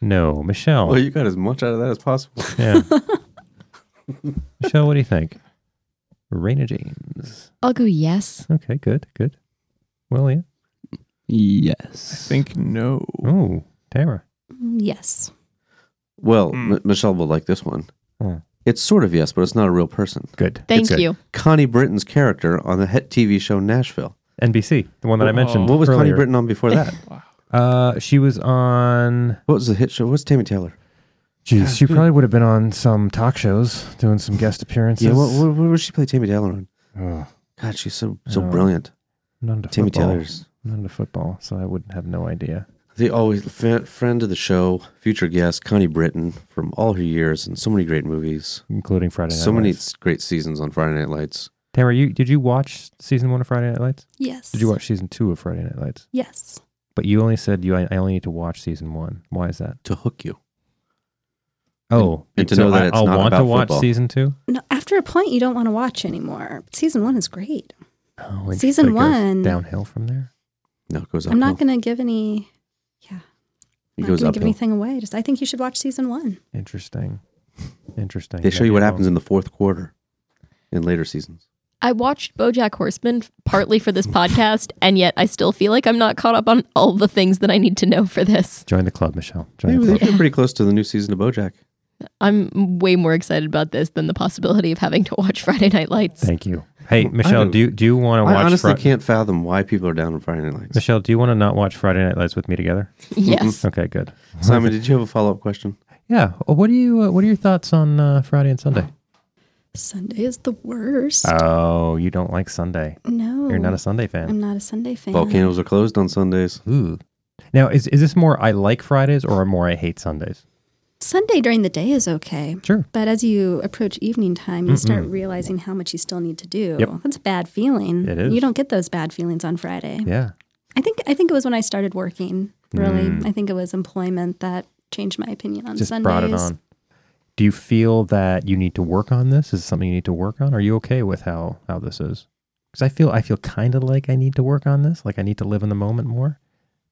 Speaker 2: no, Michelle.
Speaker 5: Well, you got as much out of that as possible.
Speaker 2: yeah, Michelle, what do you think? Raina James.
Speaker 7: I'll go yes.
Speaker 2: Okay, good, good. Well, yeah.
Speaker 4: Yes.
Speaker 6: I think no.
Speaker 2: Oh, Tara.
Speaker 3: yes.
Speaker 5: Well,
Speaker 6: Mm.
Speaker 5: M- Michelle will like this one.
Speaker 2: Hmm.
Speaker 5: It's sort of yes, but it's not a real person.
Speaker 2: Good.
Speaker 7: Thank
Speaker 2: It's good.
Speaker 7: you.
Speaker 5: Connie Britton's character on the hit TV show Nashville.
Speaker 2: NBC, the one that I
Speaker 6: Oh,
Speaker 2: mentioned.
Speaker 5: What was Connie
Speaker 2: earlier.
Speaker 5: Britton on before that?
Speaker 2: Uh, she was on.
Speaker 5: what was the hit show? What's Tammy Taylor?
Speaker 2: Jeez, she probably would have been on some talk shows doing some guest appearances.
Speaker 5: Yeah, what, what, what was she play Tammy Taylor on?
Speaker 2: Ugh,
Speaker 5: God, she's so so
Speaker 2: No.
Speaker 5: brilliant.
Speaker 2: not into
Speaker 5: Tammy
Speaker 2: football.
Speaker 5: Taylor's
Speaker 2: Not into football, so I would have no idea.
Speaker 5: the always fan, friend of the show, future guest Connie Britton from all her years and so many great movies,
Speaker 2: Including Friday Night.
Speaker 5: so many
Speaker 2: Lights.
Speaker 5: s- great seasons on Friday Night Lights.
Speaker 2: Tamara, you did you watch season one of Friday Night Lights?
Speaker 3: Yes.
Speaker 2: Did you watch season two of Friday Night Lights?
Speaker 3: Yes.
Speaker 2: But you only said you I I only need to watch season one. Why is that?
Speaker 5: To hook you,
Speaker 2: Oh,
Speaker 5: and to
Speaker 2: so
Speaker 5: know that
Speaker 2: I,
Speaker 5: it's
Speaker 2: will
Speaker 5: not
Speaker 2: want to
Speaker 5: about
Speaker 2: watch
Speaker 5: football.
Speaker 2: season two.
Speaker 3: No, after a point, you don't want to watch anymore. Season one is great.
Speaker 2: Oh, it-
Speaker 3: Season
Speaker 2: it goes
Speaker 3: one.
Speaker 2: downhill from there.
Speaker 5: no, it goes uphill.
Speaker 3: I'm not going to give any.
Speaker 5: it
Speaker 3: Yeah, I'm
Speaker 5: goes
Speaker 3: not going to give
Speaker 5: uphill.
Speaker 3: anything away. Just I think you should watch season one.
Speaker 2: Interesting, interesting.
Speaker 5: They show
Speaker 2: Maybe
Speaker 5: you what
Speaker 2: I'll-
Speaker 5: happens in the fourth quarter in later seasons.
Speaker 7: I watched BoJack Horseman partly for this podcast, and yet I still feel like I'm not caught up on all the things that I need to know for this.
Speaker 2: Join the club, Michelle. Join
Speaker 5: Maybe
Speaker 2: the
Speaker 5: they're
Speaker 2: club.
Speaker 5: pretty close to the new season of BoJack.
Speaker 7: I'm way more excited about this than the possibility of having to watch Friday Night Lights.
Speaker 2: Thank you. Hey, Michelle,
Speaker 5: don't-
Speaker 2: do you do you want to watch?
Speaker 5: I honestly
Speaker 2: Fri-
Speaker 5: can't fathom why people are down on Friday Night Lights.
Speaker 2: Michelle, do you want to not watch Friday Night Lights with me together?
Speaker 7: Yes.
Speaker 2: Okay, good.
Speaker 5: Simon, did you have a follow up question?
Speaker 2: Yeah. Well, What do you uh, What are your thoughts on uh, Friday and Sunday?
Speaker 3: Sunday is the worst.
Speaker 2: Oh, you don't like Sunday.
Speaker 3: no,
Speaker 2: You're not a Sunday fan.
Speaker 3: I'm not a Sunday fan.
Speaker 5: Volcanoes are closed on Sundays.
Speaker 2: Ooh. Now, is is this more I like Fridays or more I hate Sundays?
Speaker 3: Sunday during the day is okay,
Speaker 2: Sure.
Speaker 3: but as you approach evening time, you start realizing how much you still need to do.
Speaker 2: Yep.
Speaker 3: That's a bad feeling.
Speaker 2: It is.
Speaker 3: You don't get those bad feelings on Friday.
Speaker 2: Yeah.
Speaker 3: I think I think it was when I started working. Really, I think it was employment that changed my opinion on
Speaker 2: Mm. Just
Speaker 3: Sundays.
Speaker 2: brought it on. Do you feel that you need to work on this? Is it something you need to work on? Are you okay with how how this is? Because I feel I feel kind of like I need to work on this. Like I need to live in the moment more.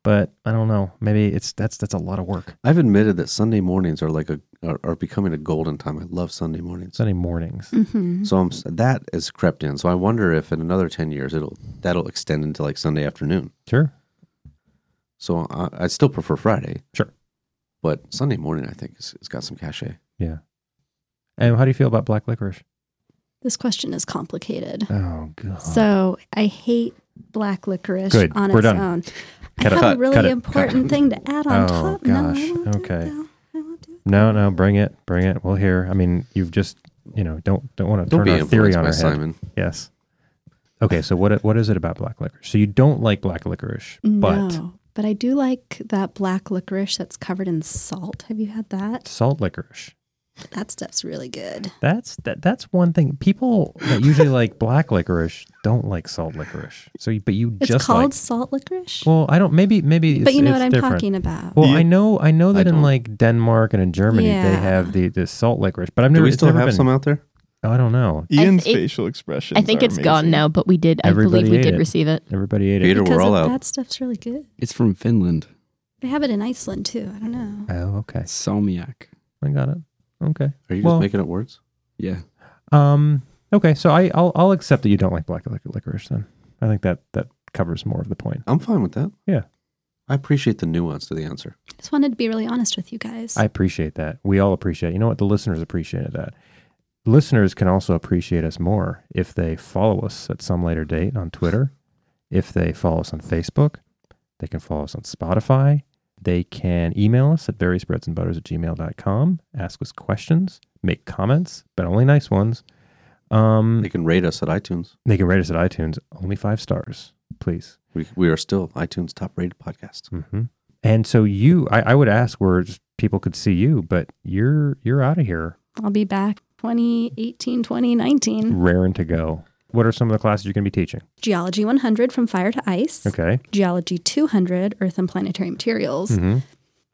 Speaker 2: But I don't know. Maybe it's that's that's a lot of work.
Speaker 5: I've admitted that Sunday mornings are like a are, are becoming a golden time. I love Sunday mornings.
Speaker 2: Sunday mornings.
Speaker 3: Mhm.
Speaker 5: So I'm, s- that has crept in. So I wonder if in another ten years it'll that'll extend into like Sunday afternoon.
Speaker 2: Sure.
Speaker 5: So I, I still prefer Friday.
Speaker 2: Sure.
Speaker 5: But Sunday morning, I think, is, has got some cachet.
Speaker 2: Yeah. And how do you feel about black licorice?
Speaker 3: This question is complicated.
Speaker 2: Oh god.
Speaker 3: So I hate black licorice
Speaker 2: Good.
Speaker 3: on
Speaker 2: We're
Speaker 3: its
Speaker 2: done.
Speaker 3: own.
Speaker 2: Cut
Speaker 3: I
Speaker 2: it.
Speaker 3: have
Speaker 5: Cut,
Speaker 3: a really
Speaker 2: cut it,
Speaker 3: important thing to add on
Speaker 2: Oh,
Speaker 3: top.
Speaker 2: gosh.
Speaker 3: No, I won't
Speaker 2: Okay.
Speaker 3: Do it, no, I won't do it.
Speaker 2: no, no, bring it, bring it. We'll hear. I mean, you've just you know don't don't want to
Speaker 5: Don't
Speaker 2: turn
Speaker 5: be
Speaker 2: our theory
Speaker 5: influenced
Speaker 2: on
Speaker 5: by
Speaker 2: our head.
Speaker 5: Simon.
Speaker 2: Yes. Okay, so what what is it about black licorice? So you don't like black licorice, but
Speaker 3: no. But I do like that black licorice that's covered in salt. Have you had that?
Speaker 2: salt licorice.
Speaker 3: That stuff's really good.
Speaker 2: That's that that's one thing. People that usually like black licorice don't like salt licorice. So you- but you
Speaker 3: It's
Speaker 2: just
Speaker 3: called
Speaker 2: like
Speaker 3: salt licorice.
Speaker 2: Well, I don't maybe maybe
Speaker 3: but
Speaker 2: it's-
Speaker 3: you know
Speaker 2: it's
Speaker 3: what I'm
Speaker 2: different.
Speaker 3: talking about.
Speaker 2: Well,
Speaker 5: You-
Speaker 2: I know I know that in
Speaker 5: don't.
Speaker 2: like Denmark and in Germany they
Speaker 3: Yeah.
Speaker 2: have the, the salt licorice, but I've
Speaker 5: Do
Speaker 2: never
Speaker 5: we
Speaker 2: it's
Speaker 5: still
Speaker 2: never
Speaker 5: have
Speaker 2: been,
Speaker 5: some out there?
Speaker 2: Oh, I don't know.
Speaker 6: Ian's
Speaker 7: think-
Speaker 6: facial expression.
Speaker 7: I think
Speaker 6: it's
Speaker 7: it's gone now, but we did. I
Speaker 2: Everybody
Speaker 7: believe we
Speaker 2: ate
Speaker 7: did
Speaker 2: it.
Speaker 7: receive it.
Speaker 2: Everybody ate it.
Speaker 5: Peter,
Speaker 3: because
Speaker 5: we're all
Speaker 3: of-
Speaker 5: out.
Speaker 3: that stuff's really good.
Speaker 4: It's from Finland.
Speaker 3: They have it in Iceland too. I don't know.
Speaker 2: Oh, okay.
Speaker 4: Salmiak.
Speaker 2: I got it. Okay.
Speaker 5: Are you just
Speaker 2: Well-
Speaker 5: making up words?
Speaker 4: Yeah.
Speaker 2: Um. Okay. So I I'll, I'll accept that you don't like black lic- licorice. Then I think that that covers more of the point.
Speaker 5: I'm fine with that.
Speaker 2: Yeah.
Speaker 5: I appreciate the nuance to the answer.
Speaker 3: Just wanted to be really honest with you guys.
Speaker 2: I appreciate that. We all appreciate. You know what? The listeners appreciated that. Listeners can also appreciate us more if they follow us at some later date on Twitter. If they follow us on Facebook, they can follow us on Spotify. They can email us at varioussbreadsandbutters at gmail.com, ask us questions, make comments, but only nice ones. Um,
Speaker 5: They can rate us at iTunes.
Speaker 2: they can rate us at iTunes, only five stars, please.
Speaker 5: We, we are still iTunes top rated podcast.
Speaker 2: hmm And so you, I, I would ask where people could see you, but you're you're out of here,
Speaker 3: I'll be back 2018, 2019.
Speaker 2: raring to go. What are some of the classes you're going to be teaching?
Speaker 3: Geology 100 from Fire to Ice.
Speaker 2: Okay.
Speaker 3: Geology 200, Earth and Planetary Materials.
Speaker 2: Mhm.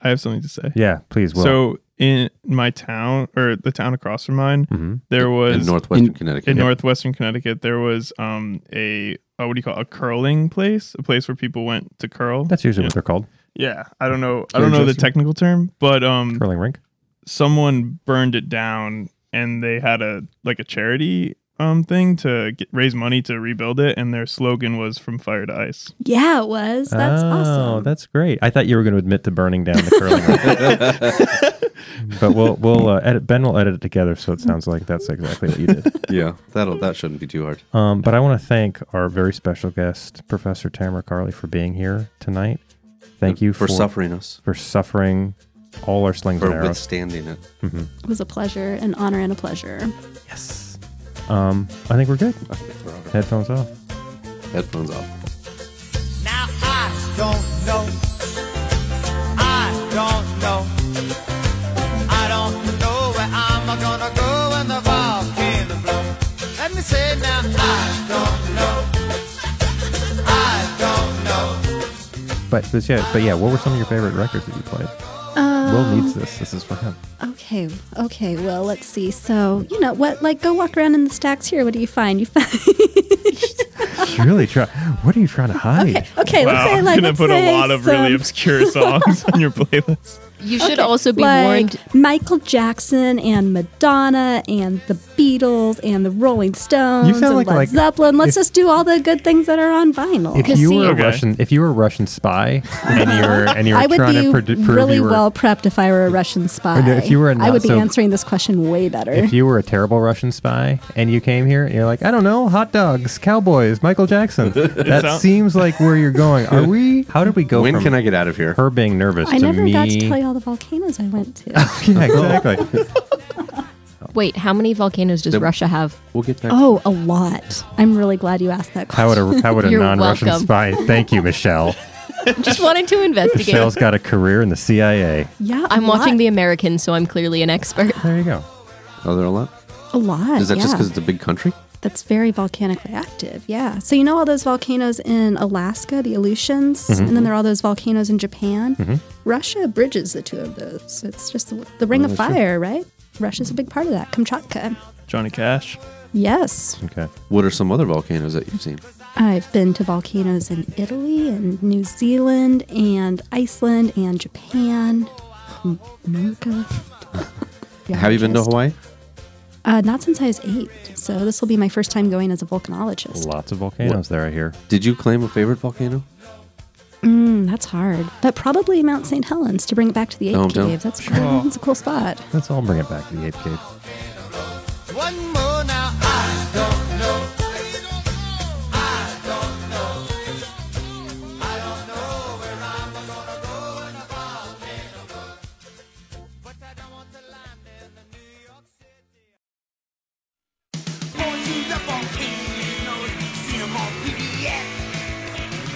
Speaker 6: I have something to say.
Speaker 2: Yeah, please, Will.
Speaker 6: So in my town or the town across from mine,
Speaker 2: Mhm.
Speaker 6: there was
Speaker 5: in northwestern
Speaker 4: in-
Speaker 5: Connecticut.
Speaker 6: in northwestern Connecticut, there was um a uh, what do you call it? a curling place, a place where people went to curl.
Speaker 2: that's usually what they're called.
Speaker 6: yeah, I don't know, I don't know the
Speaker 4: Hairdresser.
Speaker 6: technical term, but um,
Speaker 2: Curling rink.
Speaker 6: someone burned it down and they had a like a charity um thing to get, raise money to rebuild it, and their slogan was "From Fire to Ice."
Speaker 3: Yeah, it was. That's
Speaker 2: oh,
Speaker 3: awesome.
Speaker 2: that's great. I thought you were going to admit to burning down the curling rink. but we'll we'll uh, edit. Ben will edit it together, so it sounds like that's exactly what you did.
Speaker 5: yeah, that'll that shouldn't be too hard.
Speaker 2: Um, but I want to thank our very special guest, Professor Tamara Carley, for being here tonight. Thank you
Speaker 5: for,
Speaker 2: for
Speaker 5: suffering us,
Speaker 2: for suffering all our slings
Speaker 5: for
Speaker 2: and arrows.
Speaker 5: withstanding it.
Speaker 3: It was a pleasure, an honor, and a pleasure.
Speaker 2: Yes. Um, I think we're good.
Speaker 5: I think we're all right.
Speaker 2: Headphones off.
Speaker 5: Headphones off.
Speaker 8: Now I don't know. I don't know. I don't know where I'm gonna go when the volcano blows. Let me say now, I don't know. I don't know.
Speaker 2: But, but yeah, but yeah, what were some of your favorite records that you played? Will needs this. This is for him.
Speaker 3: Uh, Okay, okay. Well, let's see. So, you know what? Like, go walk around in the stacks here. What do you find? You find.
Speaker 2: You really try. What are you trying to hide?
Speaker 3: okay, okay.
Speaker 6: Wow,
Speaker 3: let's say
Speaker 6: Ah, I'm
Speaker 3: like
Speaker 6: gonna
Speaker 3: let's
Speaker 6: put
Speaker 3: say
Speaker 6: a lot of really
Speaker 3: some-
Speaker 6: obscure songs in your playlist.
Speaker 7: You should also be
Speaker 3: like
Speaker 7: warned.
Speaker 3: Michael Jackson and Madonna and the Beatles and the Rolling Stones
Speaker 2: sound
Speaker 3: and
Speaker 2: like-
Speaker 3: Led
Speaker 2: like-
Speaker 3: Zeppelin. Let's
Speaker 2: if-
Speaker 3: just do all the good things that are on vinyl.
Speaker 2: If you were a
Speaker 6: Okay.
Speaker 2: Russian, if you were a Russian spy, and you're and you're
Speaker 3: I would
Speaker 2: trying
Speaker 3: be
Speaker 2: to produ- prove
Speaker 3: really
Speaker 2: you were,
Speaker 3: well prepped if I were a Russian spy.
Speaker 2: no, if you were a
Speaker 3: I
Speaker 2: not
Speaker 3: would be
Speaker 2: so-
Speaker 3: answering this question way better.
Speaker 2: if you were a terrible Russian spy, and you came here, and you're like, I don't know, hot dogs, cowboys, Michael Jackson. That
Speaker 6: sound-
Speaker 2: seems like where you're going. Are we? How did we go
Speaker 5: when
Speaker 2: from
Speaker 5: can I get out of here?
Speaker 2: her being nervous
Speaker 3: I
Speaker 2: to
Speaker 3: never
Speaker 2: me?
Speaker 3: got to tell you all the volcanoes I went to.
Speaker 2: yeah, exactly.
Speaker 7: Wait, how many volcanoes does
Speaker 5: The-
Speaker 7: Russia have?
Speaker 5: We'll get back.
Speaker 3: oh, a lot. I'm really glad you asked that
Speaker 2: How would
Speaker 3: question.
Speaker 2: a how would a
Speaker 7: You're
Speaker 2: non-Russian
Speaker 7: welcome.
Speaker 2: spy? Thank you, Michelle.
Speaker 7: Just wanted to investigate.
Speaker 2: Michelle's got a career in the CIA.
Speaker 3: yeah,
Speaker 7: I'm
Speaker 3: a
Speaker 7: watching
Speaker 3: lot.
Speaker 7: The Americans, so I'm clearly an expert.
Speaker 2: There you go.
Speaker 5: Are there a lot?
Speaker 3: a lot.
Speaker 5: Is that just
Speaker 3: yeah.
Speaker 5: because it's a big country?
Speaker 3: That's very volcanically active. Yeah. So you know all those volcanoes in Alaska, the Aleutians,
Speaker 2: Mm-hmm.
Speaker 3: and then there are all those volcanoes in Japan. Russia bridges the two of those. It's just the, the Ring of Fire, right? Russia's a big part of that. Kamchatka.
Speaker 6: Johnny Cash.
Speaker 3: Yes.
Speaker 2: Okay.
Speaker 5: What are some other volcanoes that you've seen?
Speaker 3: I've been to volcanoes in Italy and New Zealand and Iceland and Japan. M- America. Yeah,
Speaker 5: Have you been to
Speaker 3: just-
Speaker 5: Hawaii?
Speaker 3: Uh, not since I was eight. So this will be my first time going as a volcanologist.
Speaker 2: Lots of volcanoes there, I hear.
Speaker 5: Did you claim a favorite volcano?
Speaker 3: Mm, that's hard. But probably Mount St. Helens to bring it back to the ape
Speaker 5: Home town.
Speaker 3: cave. That's, that's a cool spot.
Speaker 2: Let's all bring it back to the ape cave.
Speaker 8: One more now, I don't know. I don't know. I don't know where I'm gonna go when the volcano blows. But I don't want to land in the New York City. Born to the volcanoes, see 'em on PBS.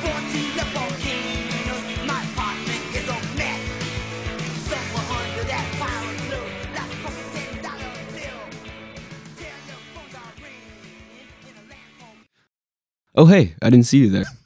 Speaker 8: Born to the volcanoes, my apartment is a mess. Somewhere under that power blue, life from a ten dollar bill. Telephones are ringing in a land called
Speaker 4: Oh, hey, I didn't see you there.